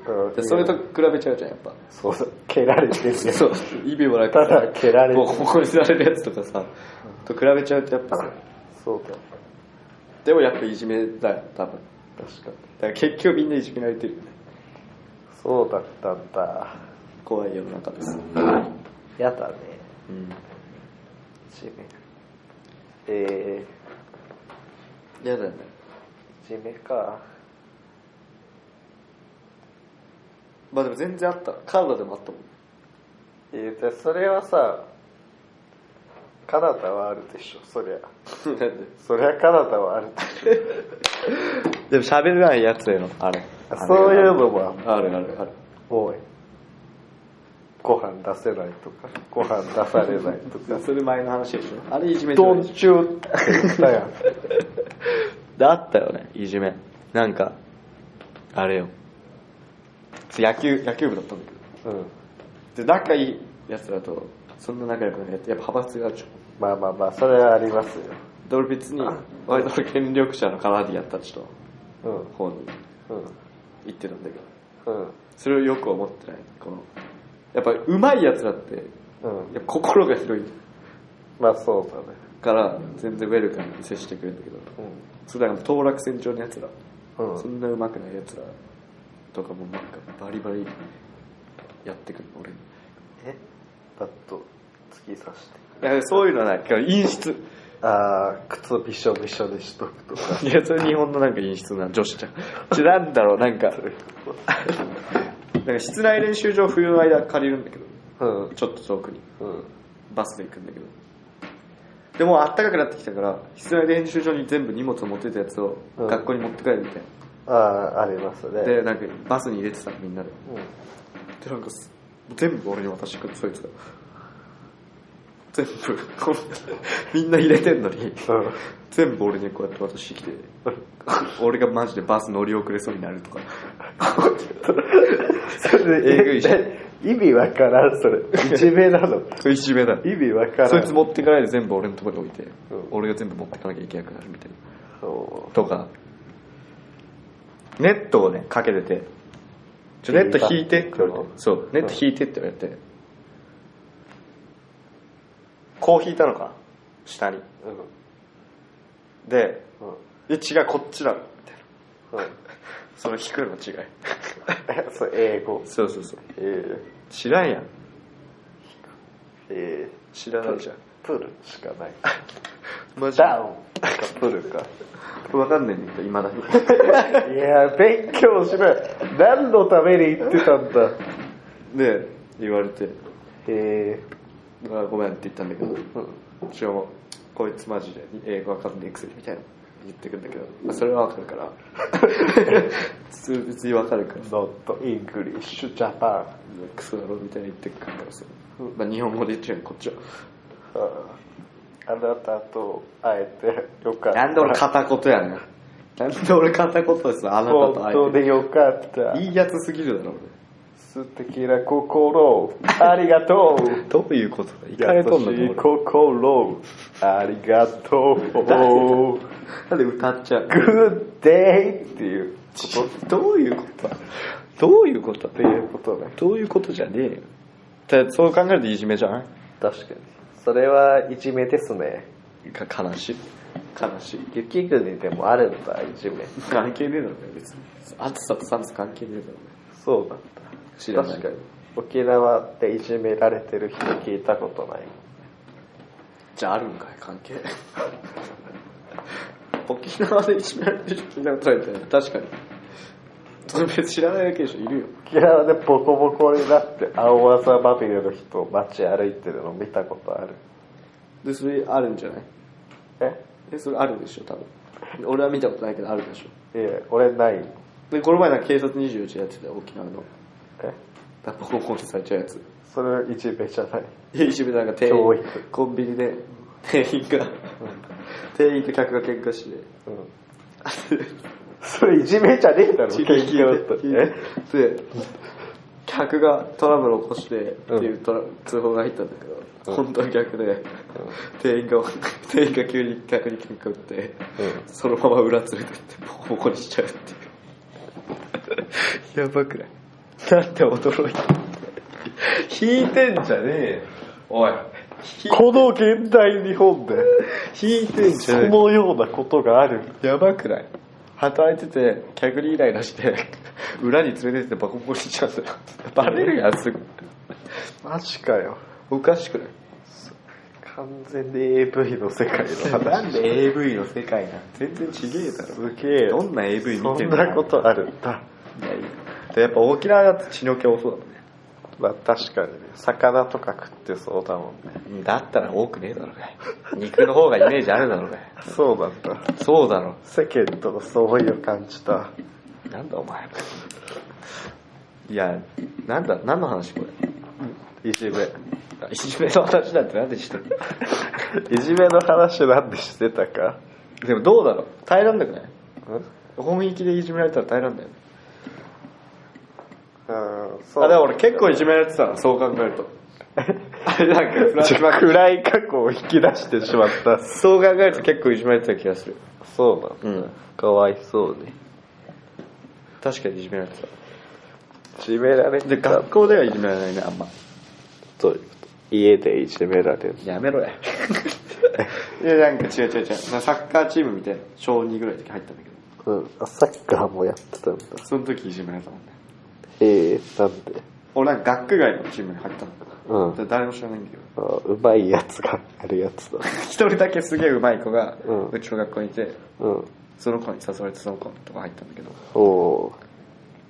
Speaker 2: ゃん
Speaker 1: うん
Speaker 2: でそれと比べちゃうじゃんやっぱ
Speaker 1: そうだ蹴られてるや
Speaker 2: そう意味もなく
Speaker 1: ただ蹴られて
Speaker 2: ボコボコにされるやつとかさと比べちゃうとやっぱさ
Speaker 1: そうだ
Speaker 2: でもやっぱいじめだよ多分
Speaker 1: 確かに
Speaker 2: だから結局みんないじめられてるよね
Speaker 1: そうだったんだ
Speaker 2: 怖い世の中です
Speaker 1: やだね
Speaker 2: うん
Speaker 1: 地面え
Speaker 2: 嫌だよね
Speaker 1: ー、地面か
Speaker 2: まあでも全然あったカナダでもあったもん
Speaker 1: えー、じゃあそれはさカナダはあるでしょそりゃ
Speaker 2: なんで
Speaker 1: そりゃカナダはあるでし
Speaker 2: [LAUGHS] でも喋れないやつへのあれ
Speaker 1: ょそういうのも
Speaker 2: あるあるある
Speaker 1: 多いご飯出せないとかご飯出されないとか
Speaker 2: それ前の話でしょあれいじめじゃ
Speaker 1: [LAUGHS] ド
Speaker 2: ない
Speaker 1: ン
Speaker 2: でしょ
Speaker 1: チューって言ったやん
Speaker 2: であったよねいじめなんかあれよ野球野球部だったんだけ
Speaker 1: [LAUGHS]
Speaker 2: ど
Speaker 1: うん
Speaker 2: で仲いいやつらとそんな仲良くないやつやっぱ派閥があるじゃん
Speaker 1: まあまあまあそれはありますよ
Speaker 2: で俺別に割と俺権力者のカナディアンたちと
Speaker 1: う
Speaker 2: 方に
Speaker 1: んうん
Speaker 2: 行ってたんだけど
Speaker 1: うん
Speaker 2: それをよく思ってないこのやっぱうまいやつらって
Speaker 1: うん
Speaker 2: やっぱ心が広い
Speaker 1: まあそうだね
Speaker 2: から全然ウェルカムに接してくれるんだけどそれだから当落線上のやつら
Speaker 1: うんう
Speaker 2: そ
Speaker 1: ん
Speaker 2: んなうまくないやつらとかもなんかバリバリやってくる俺に
Speaker 1: えパッと突き刺して
Speaker 2: いやそういうのはないだから陰湿
Speaker 1: ああ靴びしょびしょでしとくとか
Speaker 2: いや、それ日本のなんか陰湿な女子じゃん。ちなんだろう、なんか。なんか室内練習場冬の間借りるんだけど、
Speaker 1: うん
Speaker 2: ちょっと遠くに。
Speaker 1: うん
Speaker 2: バスで行くんだけど。でも、暖かくなってきたから、室内練習場に全部荷物を持ってたやつを
Speaker 1: うん
Speaker 2: 学校に持って帰るみたい
Speaker 1: ああありますね
Speaker 2: な。で、なんかバスに入れてたのみんなで。
Speaker 1: う
Speaker 2: で、なんかす、全部俺に渡してくる、そいつが。全部、このみんな入れてんのに、
Speaker 1: んうん
Speaker 2: 全部俺にこうやって渡してきて、俺がマジでバス乗り遅れそうになるとか。
Speaker 1: それ
Speaker 2: えぐいし
Speaker 1: え意味わからんそれいじめなの
Speaker 2: それいじめだ。
Speaker 1: 意味わからん
Speaker 2: そいつ持ってかないで全部俺のところに置いて、
Speaker 1: うん
Speaker 2: 俺が全部持ってかなきゃいけなくなるみたいな。
Speaker 1: そ
Speaker 2: とか、ネットをね、かけてて、ちょネット引いてって言われて
Speaker 1: う、ん
Speaker 2: そう、ネット引いてって言われて、こう引いたのか、下に。
Speaker 1: ううん
Speaker 2: で、
Speaker 1: うん
Speaker 2: え、違う、こっちだ、みたいな。
Speaker 1: うん
Speaker 2: その引くの違い。
Speaker 1: えそう英語
Speaker 2: そうそうそう。
Speaker 1: えー、
Speaker 2: 知らんやん。
Speaker 1: え
Speaker 2: 知らないじゃん。
Speaker 1: ー、プルしかない
Speaker 2: マジ
Speaker 1: ダウンかプルか
Speaker 2: わかんないんだけど、今だに。
Speaker 1: いやー勉強しない何のために行ってたんだ
Speaker 2: [LAUGHS] で、言われて、
Speaker 1: え
Speaker 2: あごめんって言ったんだけど、
Speaker 1: ー、うん
Speaker 2: 一応もうこいつマジで英語わかんねえくせにみたいな言ってくんだけど、まあ、それはわかるから [LAUGHS] 普通別にわかるから
Speaker 1: Not English Japan
Speaker 2: クソだろみたいな言ってくるからさ、まあ、日本語で言っちゃうよこっちは
Speaker 1: あなたと会えてよかった
Speaker 2: なんで俺片言やねんなんで俺片言ですあなたと
Speaker 1: 本当
Speaker 2: 会え
Speaker 1: でよかった
Speaker 2: ていいやつすぎるだろ俺
Speaker 1: 素敵な心ありがとう
Speaker 2: どういうことだいか
Speaker 1: 優
Speaker 2: れ
Speaker 1: し
Speaker 2: とんの
Speaker 1: い心ありがとう
Speaker 2: なんで歌っちゃう
Speaker 1: Good day っていうことっ
Speaker 2: どういうことだどういうことだ
Speaker 1: ていうことね
Speaker 2: どういうことじゃねえよだからそう考えるといじめじゃない
Speaker 1: 確かにそれはいじめですね
Speaker 2: か悲しい悲しい
Speaker 1: 雪国でもあるんだいじめ
Speaker 2: 関係ねえだろ別に暑さと寒さ関係ねえだろ
Speaker 1: そうだっ
Speaker 2: 知
Speaker 1: た
Speaker 2: らない
Speaker 1: 確かに沖縄っていじめられてる人聞いたことない
Speaker 2: じゃああるんかい関 [LAUGHS] 係沖縄でいじめられてる人聞いたことないみたいな確かにそれ別に知らないだけでしょいるよ
Speaker 1: 沖縄でボコボコになって青技まみれの人街歩いてるの見たことある
Speaker 2: でそれあるんじゃない
Speaker 1: え
Speaker 2: えそれあるでしょ多分俺は見たことないけどあるでしょ
Speaker 1: いや俺ない
Speaker 2: でこの前なんか警察24時やってたよ沖縄の
Speaker 1: え
Speaker 2: なんかボコボコにされちゃうやつ
Speaker 1: それいじめじゃ
Speaker 2: [LAUGHS]
Speaker 1: ない
Speaker 2: いじめなんか店
Speaker 1: 教
Speaker 2: 員
Speaker 1: 育
Speaker 2: コンビニで店員が店員と客が喧嘩して
Speaker 1: うんそれいじめじゃねえだろ
Speaker 2: 聞い
Speaker 1: 喧
Speaker 2: て聞い
Speaker 1: 嘩だった
Speaker 2: て
Speaker 1: らえ
Speaker 2: 聞いてで客がトラブルを起こしてっていうトラ通報が入ったんだけど、本当は逆で、店員が店員が急に客に喧嘩打って、そのまま裏連れてってボコボコにしちゃうっていうやばくないなんて
Speaker 1: [LAUGHS]
Speaker 2: 驚いた引いてんじゃねえよおい
Speaker 1: [LAUGHS] この現代日本で
Speaker 2: 引いてんじ
Speaker 1: そ
Speaker 2: ゃねえ
Speaker 1: のようなことがある
Speaker 2: やばくない働いてて客にイライラして [LAUGHS] 裏に連れてってバコバコにしちゃうんだよバレるやんすぐ
Speaker 1: マジかよ
Speaker 2: おかしくない
Speaker 1: 完全に AV の世界の話
Speaker 2: [LAUGHS] なんで AV の世界なん全然ちげえだろ
Speaker 1: すげえ
Speaker 2: どんな AV 見て
Speaker 1: そ
Speaker 2: ん
Speaker 1: ん
Speaker 2: だ
Speaker 1: なことあるんだ
Speaker 2: いやいややっぱ沖縄だと血の気多そう
Speaker 1: まあ確かにね魚とか食ってそうだもんね
Speaker 2: だもんねだったら多くねえだろうが肉の方がイメージあるだろうが
Speaker 1: そうなんだ
Speaker 2: そうだろ
Speaker 1: 世間との相違を感じた
Speaker 2: なんだお前いやなんだ何の話これ
Speaker 1: いじめ
Speaker 2: いじめの話なんてなんでしてる
Speaker 1: いじめの話なんでしてたか
Speaker 2: でもどうだろう耐えらんなくない
Speaker 1: うん
Speaker 2: 本域でいじめられたら大変なんだよね
Speaker 1: うんそう
Speaker 2: あでも俺結構いじめられてたのそう考えるとあれ [LAUGHS] なんかフラッシュバック
Speaker 1: 暗い過去を引き出してしまった
Speaker 2: そう考えると結構いじめられてた気がする
Speaker 1: そうなんだ
Speaker 2: うん
Speaker 1: かわいそうに
Speaker 2: 確かにいじめられて
Speaker 1: いじめられ
Speaker 2: た
Speaker 1: て
Speaker 2: で
Speaker 1: た
Speaker 2: 学校ではいじめられないねあんま
Speaker 1: どういうこと家でいじめられる
Speaker 2: やめろや [LAUGHS] いやなんか違う違う違うサッカーチームみたいな小2ぐらいの時入ったんだけど
Speaker 1: うんあサッカーもやってたんだ
Speaker 2: その時いじめられたもんね
Speaker 1: へえなんで
Speaker 2: 俺なんか学区外のチームに入ったんだ
Speaker 1: うん
Speaker 2: で誰も知らないんだけど
Speaker 1: あうまいやつがあるやつだ
Speaker 2: 一人だけすげえうまい子が
Speaker 1: うん
Speaker 2: うちの学校にいて
Speaker 1: うん
Speaker 2: その子に誘われてその子のとこ入ったんだけど
Speaker 1: おお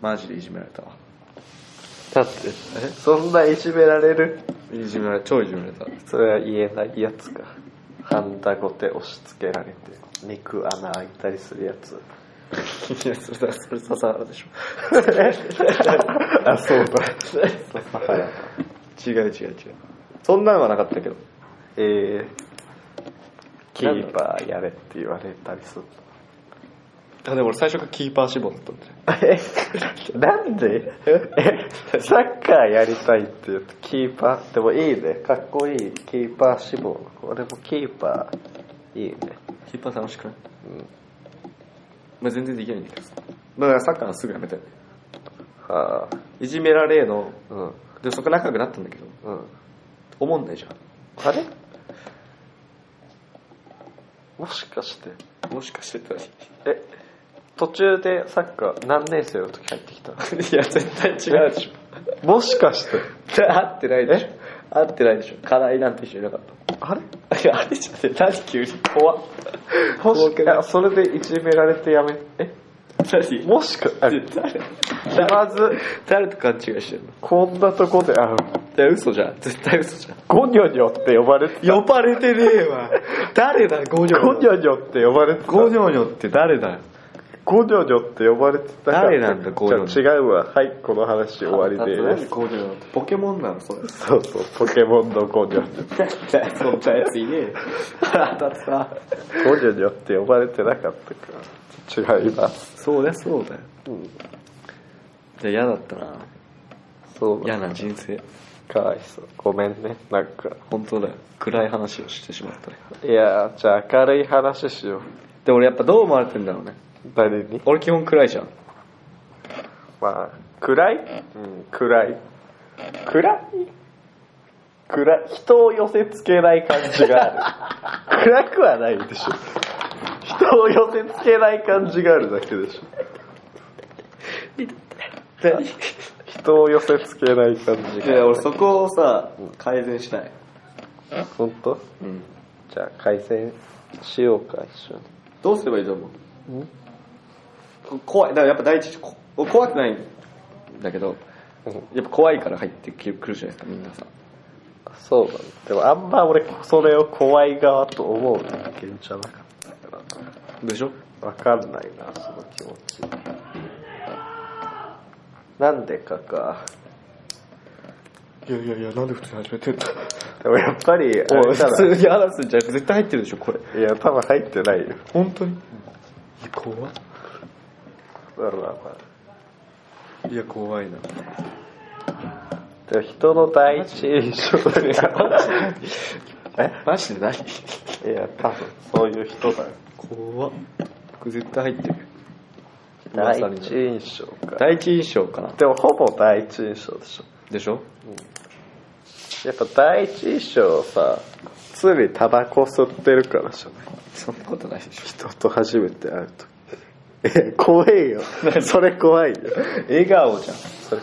Speaker 2: マジでいじめられたわ
Speaker 1: だってそんないじめられる
Speaker 2: いじめられ超いじめられた
Speaker 1: それは言えないやつかハンダごて押し付けられて肉穴開いたりするやつ
Speaker 2: いや、それだ、それ笹原でしょ。
Speaker 1: [LAUGHS] あそうだ
Speaker 2: 違う違う違う。そんなのはなかったけど。
Speaker 1: えー、キーパーやれって言われたりする
Speaker 2: あ、でも俺最初からキーパー志望だったんだよ。
Speaker 1: えなんでえサッカーやりたいって言うとキーパーでもいいねかっこいいキーパー志望俺もキーパーいいね
Speaker 2: キーパー楽しくないまあ全然できないんだけどさ。だからサッカーはすぐやめたよね。
Speaker 1: はあ
Speaker 2: いじめられーの、
Speaker 1: うん
Speaker 2: で、そこ仲良くなったんだけど、
Speaker 1: うん
Speaker 2: 思んないじゃ
Speaker 1: あれもしかして
Speaker 2: ん。もしかしてたら。 [LAUGHS] い
Speaker 1: え途中でサッカー何年生の時入ってきたの
Speaker 2: や、絶対違うでし
Speaker 1: もしかして
Speaker 2: ょ。合ってないでしょ。合ってないでしょ。課題なんて一緒になかった。
Speaker 1: あれ
Speaker 2: いや、あれじゃねえ。何急に怖っ。
Speaker 1: もしいやそれでいじめられてやめえ
Speaker 2: 何
Speaker 1: もしかあれ
Speaker 2: 誰
Speaker 1: 気まず
Speaker 2: 誰と勘違いしてんの
Speaker 1: こんなとこであ
Speaker 2: いや、嘘じゃん。絶対嘘じゃん。
Speaker 1: ゴニョニョって呼ばれて
Speaker 2: 呼ばれてねえわ。誰だ、ゴニョ
Speaker 1: ゴニ
Speaker 2: ニョ。
Speaker 1: ョニョって呼ばれてた
Speaker 2: ゴニョニョって誰だ
Speaker 1: ゴニョニョって呼ばれてたから
Speaker 2: 誰なんだゴニョニョ
Speaker 1: じゃあ違うわはいこの話終わりです
Speaker 2: ゴニョニョってポケモンなのそれ。
Speaker 1: そうそうポケモンのゴニョニョ
Speaker 2: そんなやつい [LAUGHS] ねえよ。腹立つな。
Speaker 1: ゴニョニョって呼ばれてなかったから違います
Speaker 2: そうだよ、そうだよ。じゃあ嫌だったな。
Speaker 1: そう
Speaker 2: 嫌な人生
Speaker 1: かわいそうごめんねなんか
Speaker 2: 本当だよ暗い話をしてしまったね
Speaker 1: いやーじゃあ明るい話しよう
Speaker 2: でも俺やっぱどう思われてんだろうね
Speaker 1: 誰に
Speaker 2: 俺基本暗いじゃん
Speaker 1: まあ暗い、うん、暗い暗い暗い人を寄せつけない感じがある暗くはないでしょ人を寄せつけない感じがあるだけでしょ人を寄せつけない感じ
Speaker 2: いや
Speaker 1: が
Speaker 2: 俺そこをさ改善したい
Speaker 1: 本当
Speaker 2: うん
Speaker 1: じゃあ改善しようか一緒に
Speaker 2: どうすればいいと思うこ怖いだからやっぱ第一こ俺怖くないんだけどやっぱ怖いから入ってきくるじゃないですかみんなさ
Speaker 1: そうだねでもあんま俺それを怖い側と思う人間じゃなかったか
Speaker 2: でしょ
Speaker 1: らわかんないなその気持ちなんでかか
Speaker 2: いやいやいやなんで普通に始めてんだ
Speaker 1: でもやっぱりあれだ
Speaker 2: 普
Speaker 1: な
Speaker 2: 通に話すんじゃなくて絶対入ってるでしょこれ
Speaker 1: いや多分入ってないよ
Speaker 2: 本当にいや怖っ
Speaker 1: まあまあま
Speaker 2: いや怖いな
Speaker 1: あでも人の第一印象だからえ
Speaker 2: マジで何
Speaker 1: いや多分そういう人だよ
Speaker 2: 怖っこれ絶対入ってる
Speaker 1: 第
Speaker 2: まさに
Speaker 1: 一印象か
Speaker 2: 第一印象かな
Speaker 1: でもほぼ第一印象でしょ
Speaker 2: でしょ
Speaker 1: やっぱ第一印象さ常にタバコ吸ってるからじゃない
Speaker 2: そんなことないでしょ
Speaker 1: 人と初めて会うと [LAUGHS] え怖えよそれ怖いよ
Speaker 2: 笑顔じゃん
Speaker 1: それ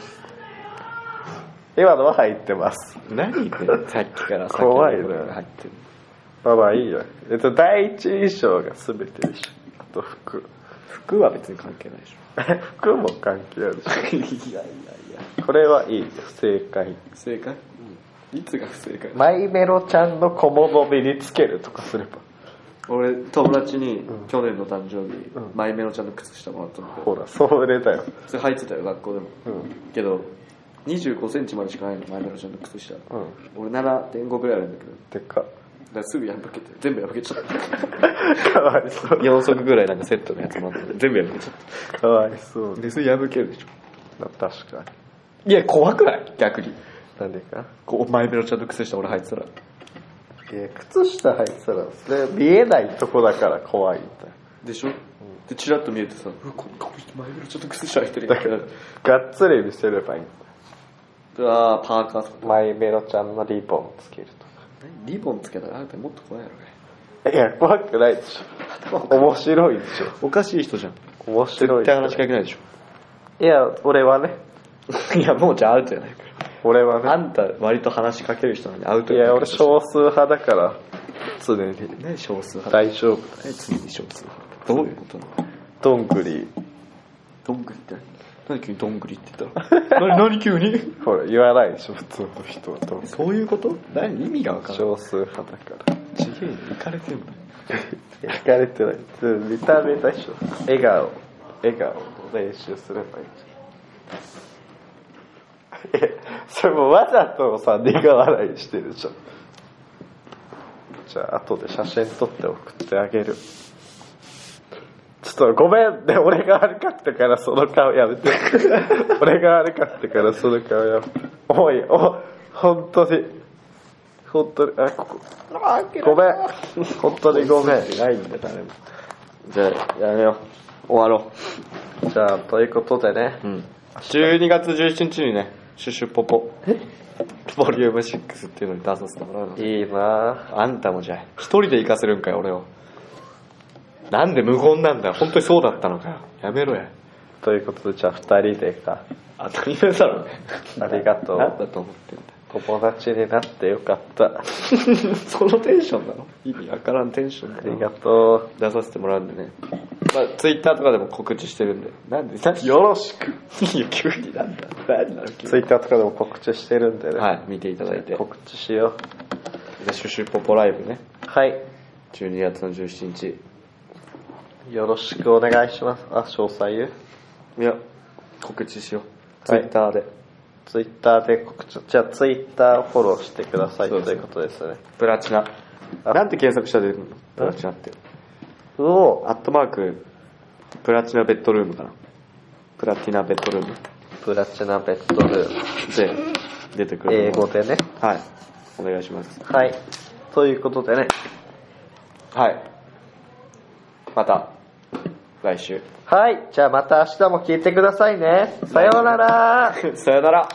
Speaker 1: 今のは入ってます
Speaker 2: 何これさっきから
Speaker 1: 怖いね
Speaker 2: さっきから入ってる
Speaker 1: まあまあいいよえっと第一印象が全てでしょあと服 [LAUGHS]
Speaker 2: 服は別に関係ないでし
Speaker 1: え服も関係あるでし
Speaker 2: ょいやいやいや
Speaker 1: ょこれはいいよ正解
Speaker 2: 不正解、いつが不正解
Speaker 1: マイメロちゃんの小物身につけるとかすれば
Speaker 2: 俺友達に去年の誕生日、
Speaker 1: うん
Speaker 2: マイメロちゃんの靴下もらったんだけど
Speaker 1: ほらそれだよ
Speaker 2: それ履いてたよ学校でも、
Speaker 1: うん
Speaker 2: けど2 5センチまでしかないのマイメロちゃんの靴下、
Speaker 1: うん
Speaker 2: 俺7.5ぐらいあるんだけ
Speaker 1: て
Speaker 2: ど
Speaker 1: [LAUGHS] か
Speaker 2: だからすぐ破けて全部破けちゃった [LAUGHS]
Speaker 1: かわいそう
Speaker 2: 4足ぐらいなんかセットのやつもあって全部破けちゃっ
Speaker 1: かわいそう
Speaker 2: たでそれ破けるでしょ
Speaker 1: な確かに
Speaker 2: いや怖くない逆に
Speaker 1: 何でか
Speaker 2: こうマイメロちゃんの靴下俺履いてたら
Speaker 1: いや靴下履いてたらそれ見えないとこだから怖いみたい
Speaker 2: でしょ、でチラッと見えてさ「うわここの人前からちょっと靴下履いてる」だから [LAUGHS]
Speaker 1: ながっつり見せればいいんだ
Speaker 2: あーパーカーとか
Speaker 1: マイメロちゃんのリボンつける
Speaker 2: リボンつけたらあなたもっと怖いやろね
Speaker 1: とかいや怖くないでしょ面白いでし
Speaker 2: おかしい人じゃん
Speaker 1: ょ面白い
Speaker 2: 絶対話しかけないでし
Speaker 1: いや俺はね
Speaker 2: ょ [LAUGHS] いやもうじゃあアウトやないか
Speaker 1: 俺はね
Speaker 2: あんた割と話しかける人なのにアウト
Speaker 1: い
Speaker 2: や
Speaker 1: や
Speaker 2: ない
Speaker 1: 俺少数派だから常に
Speaker 2: 何少数派
Speaker 1: 大丈夫
Speaker 2: 何常に少数派どういうことなの
Speaker 1: どんぐり
Speaker 2: どんぐりって何何急にどんぐりって言った [LAUGHS] の何何急に
Speaker 1: ほら言わないでしょ普通の人はどんぐり
Speaker 2: そういうこと何意味が分からん
Speaker 1: 少数派だから
Speaker 2: ちげえ行かれてんの
Speaker 1: 惹かれてない見た目だしょ笑顔笑顔の練習すればいい [LAUGHS] じゃんえそれもわざとさ苦笑いしてるじゃんじゃあ後で写真撮って送ってあげるちょっとごめんね俺が悪かったからその顔やめて俺が悪かったからその顔やめておいお本当に本当にあここごめん本当にごめん
Speaker 2: ないんだ誰もじゃあやめよう終わろ
Speaker 1: じゃあということでね
Speaker 2: ううん12月17日にね「シュシュポポ」ボリューム6っていうのに出させてもらうの
Speaker 1: いいな
Speaker 2: あんたもじゃあ一人で行かせるんかよ俺をなんで無言なんだよ本当にそうだったのかよやめろや
Speaker 1: ぁということでじゃあ2人でか
Speaker 2: 当たり前だろ
Speaker 1: ありがと
Speaker 2: 何
Speaker 1: う
Speaker 2: だと思ってんだ
Speaker 1: 友達になってよかったあ
Speaker 2: [LAUGHS] そのテンションなの意味わからんテンションだ
Speaker 1: りが
Speaker 2: な
Speaker 1: と
Speaker 2: 出させてもらうんでねまあツイッターとかでも告知してるんでなんで何
Speaker 1: うよろしく
Speaker 2: いや急になんだ何なの急に
Speaker 1: Twitter とかでも告知してるんでね、
Speaker 2: はい見ていただいて
Speaker 1: 告知しよ
Speaker 2: でシュシュポポライブね
Speaker 1: うはい
Speaker 2: 12月の17日
Speaker 1: よろしくお願いしますあ詳細言う
Speaker 2: いや告知しようツイ
Speaker 1: はい
Speaker 2: ッターで
Speaker 1: Twitter で告知じゃあ Twitter フォローしてください
Speaker 2: そう
Speaker 1: と
Speaker 2: です
Speaker 1: い
Speaker 2: ね
Speaker 1: うことですね
Speaker 2: プラチナ
Speaker 1: あ
Speaker 2: なんて検索したら出てくるのプラチナって
Speaker 1: うお
Speaker 2: アットマークプラチナベッドルームかなプラティナベッドルーム
Speaker 1: プラチナベッドルーム
Speaker 2: で出てく
Speaker 1: 英
Speaker 2: る
Speaker 1: 語でね
Speaker 2: はいお願いします
Speaker 1: はいということでね
Speaker 2: はいまた来週 [LAUGHS]
Speaker 1: はいじゃあまた明日も聞いてくださいねさようなら
Speaker 2: さよなら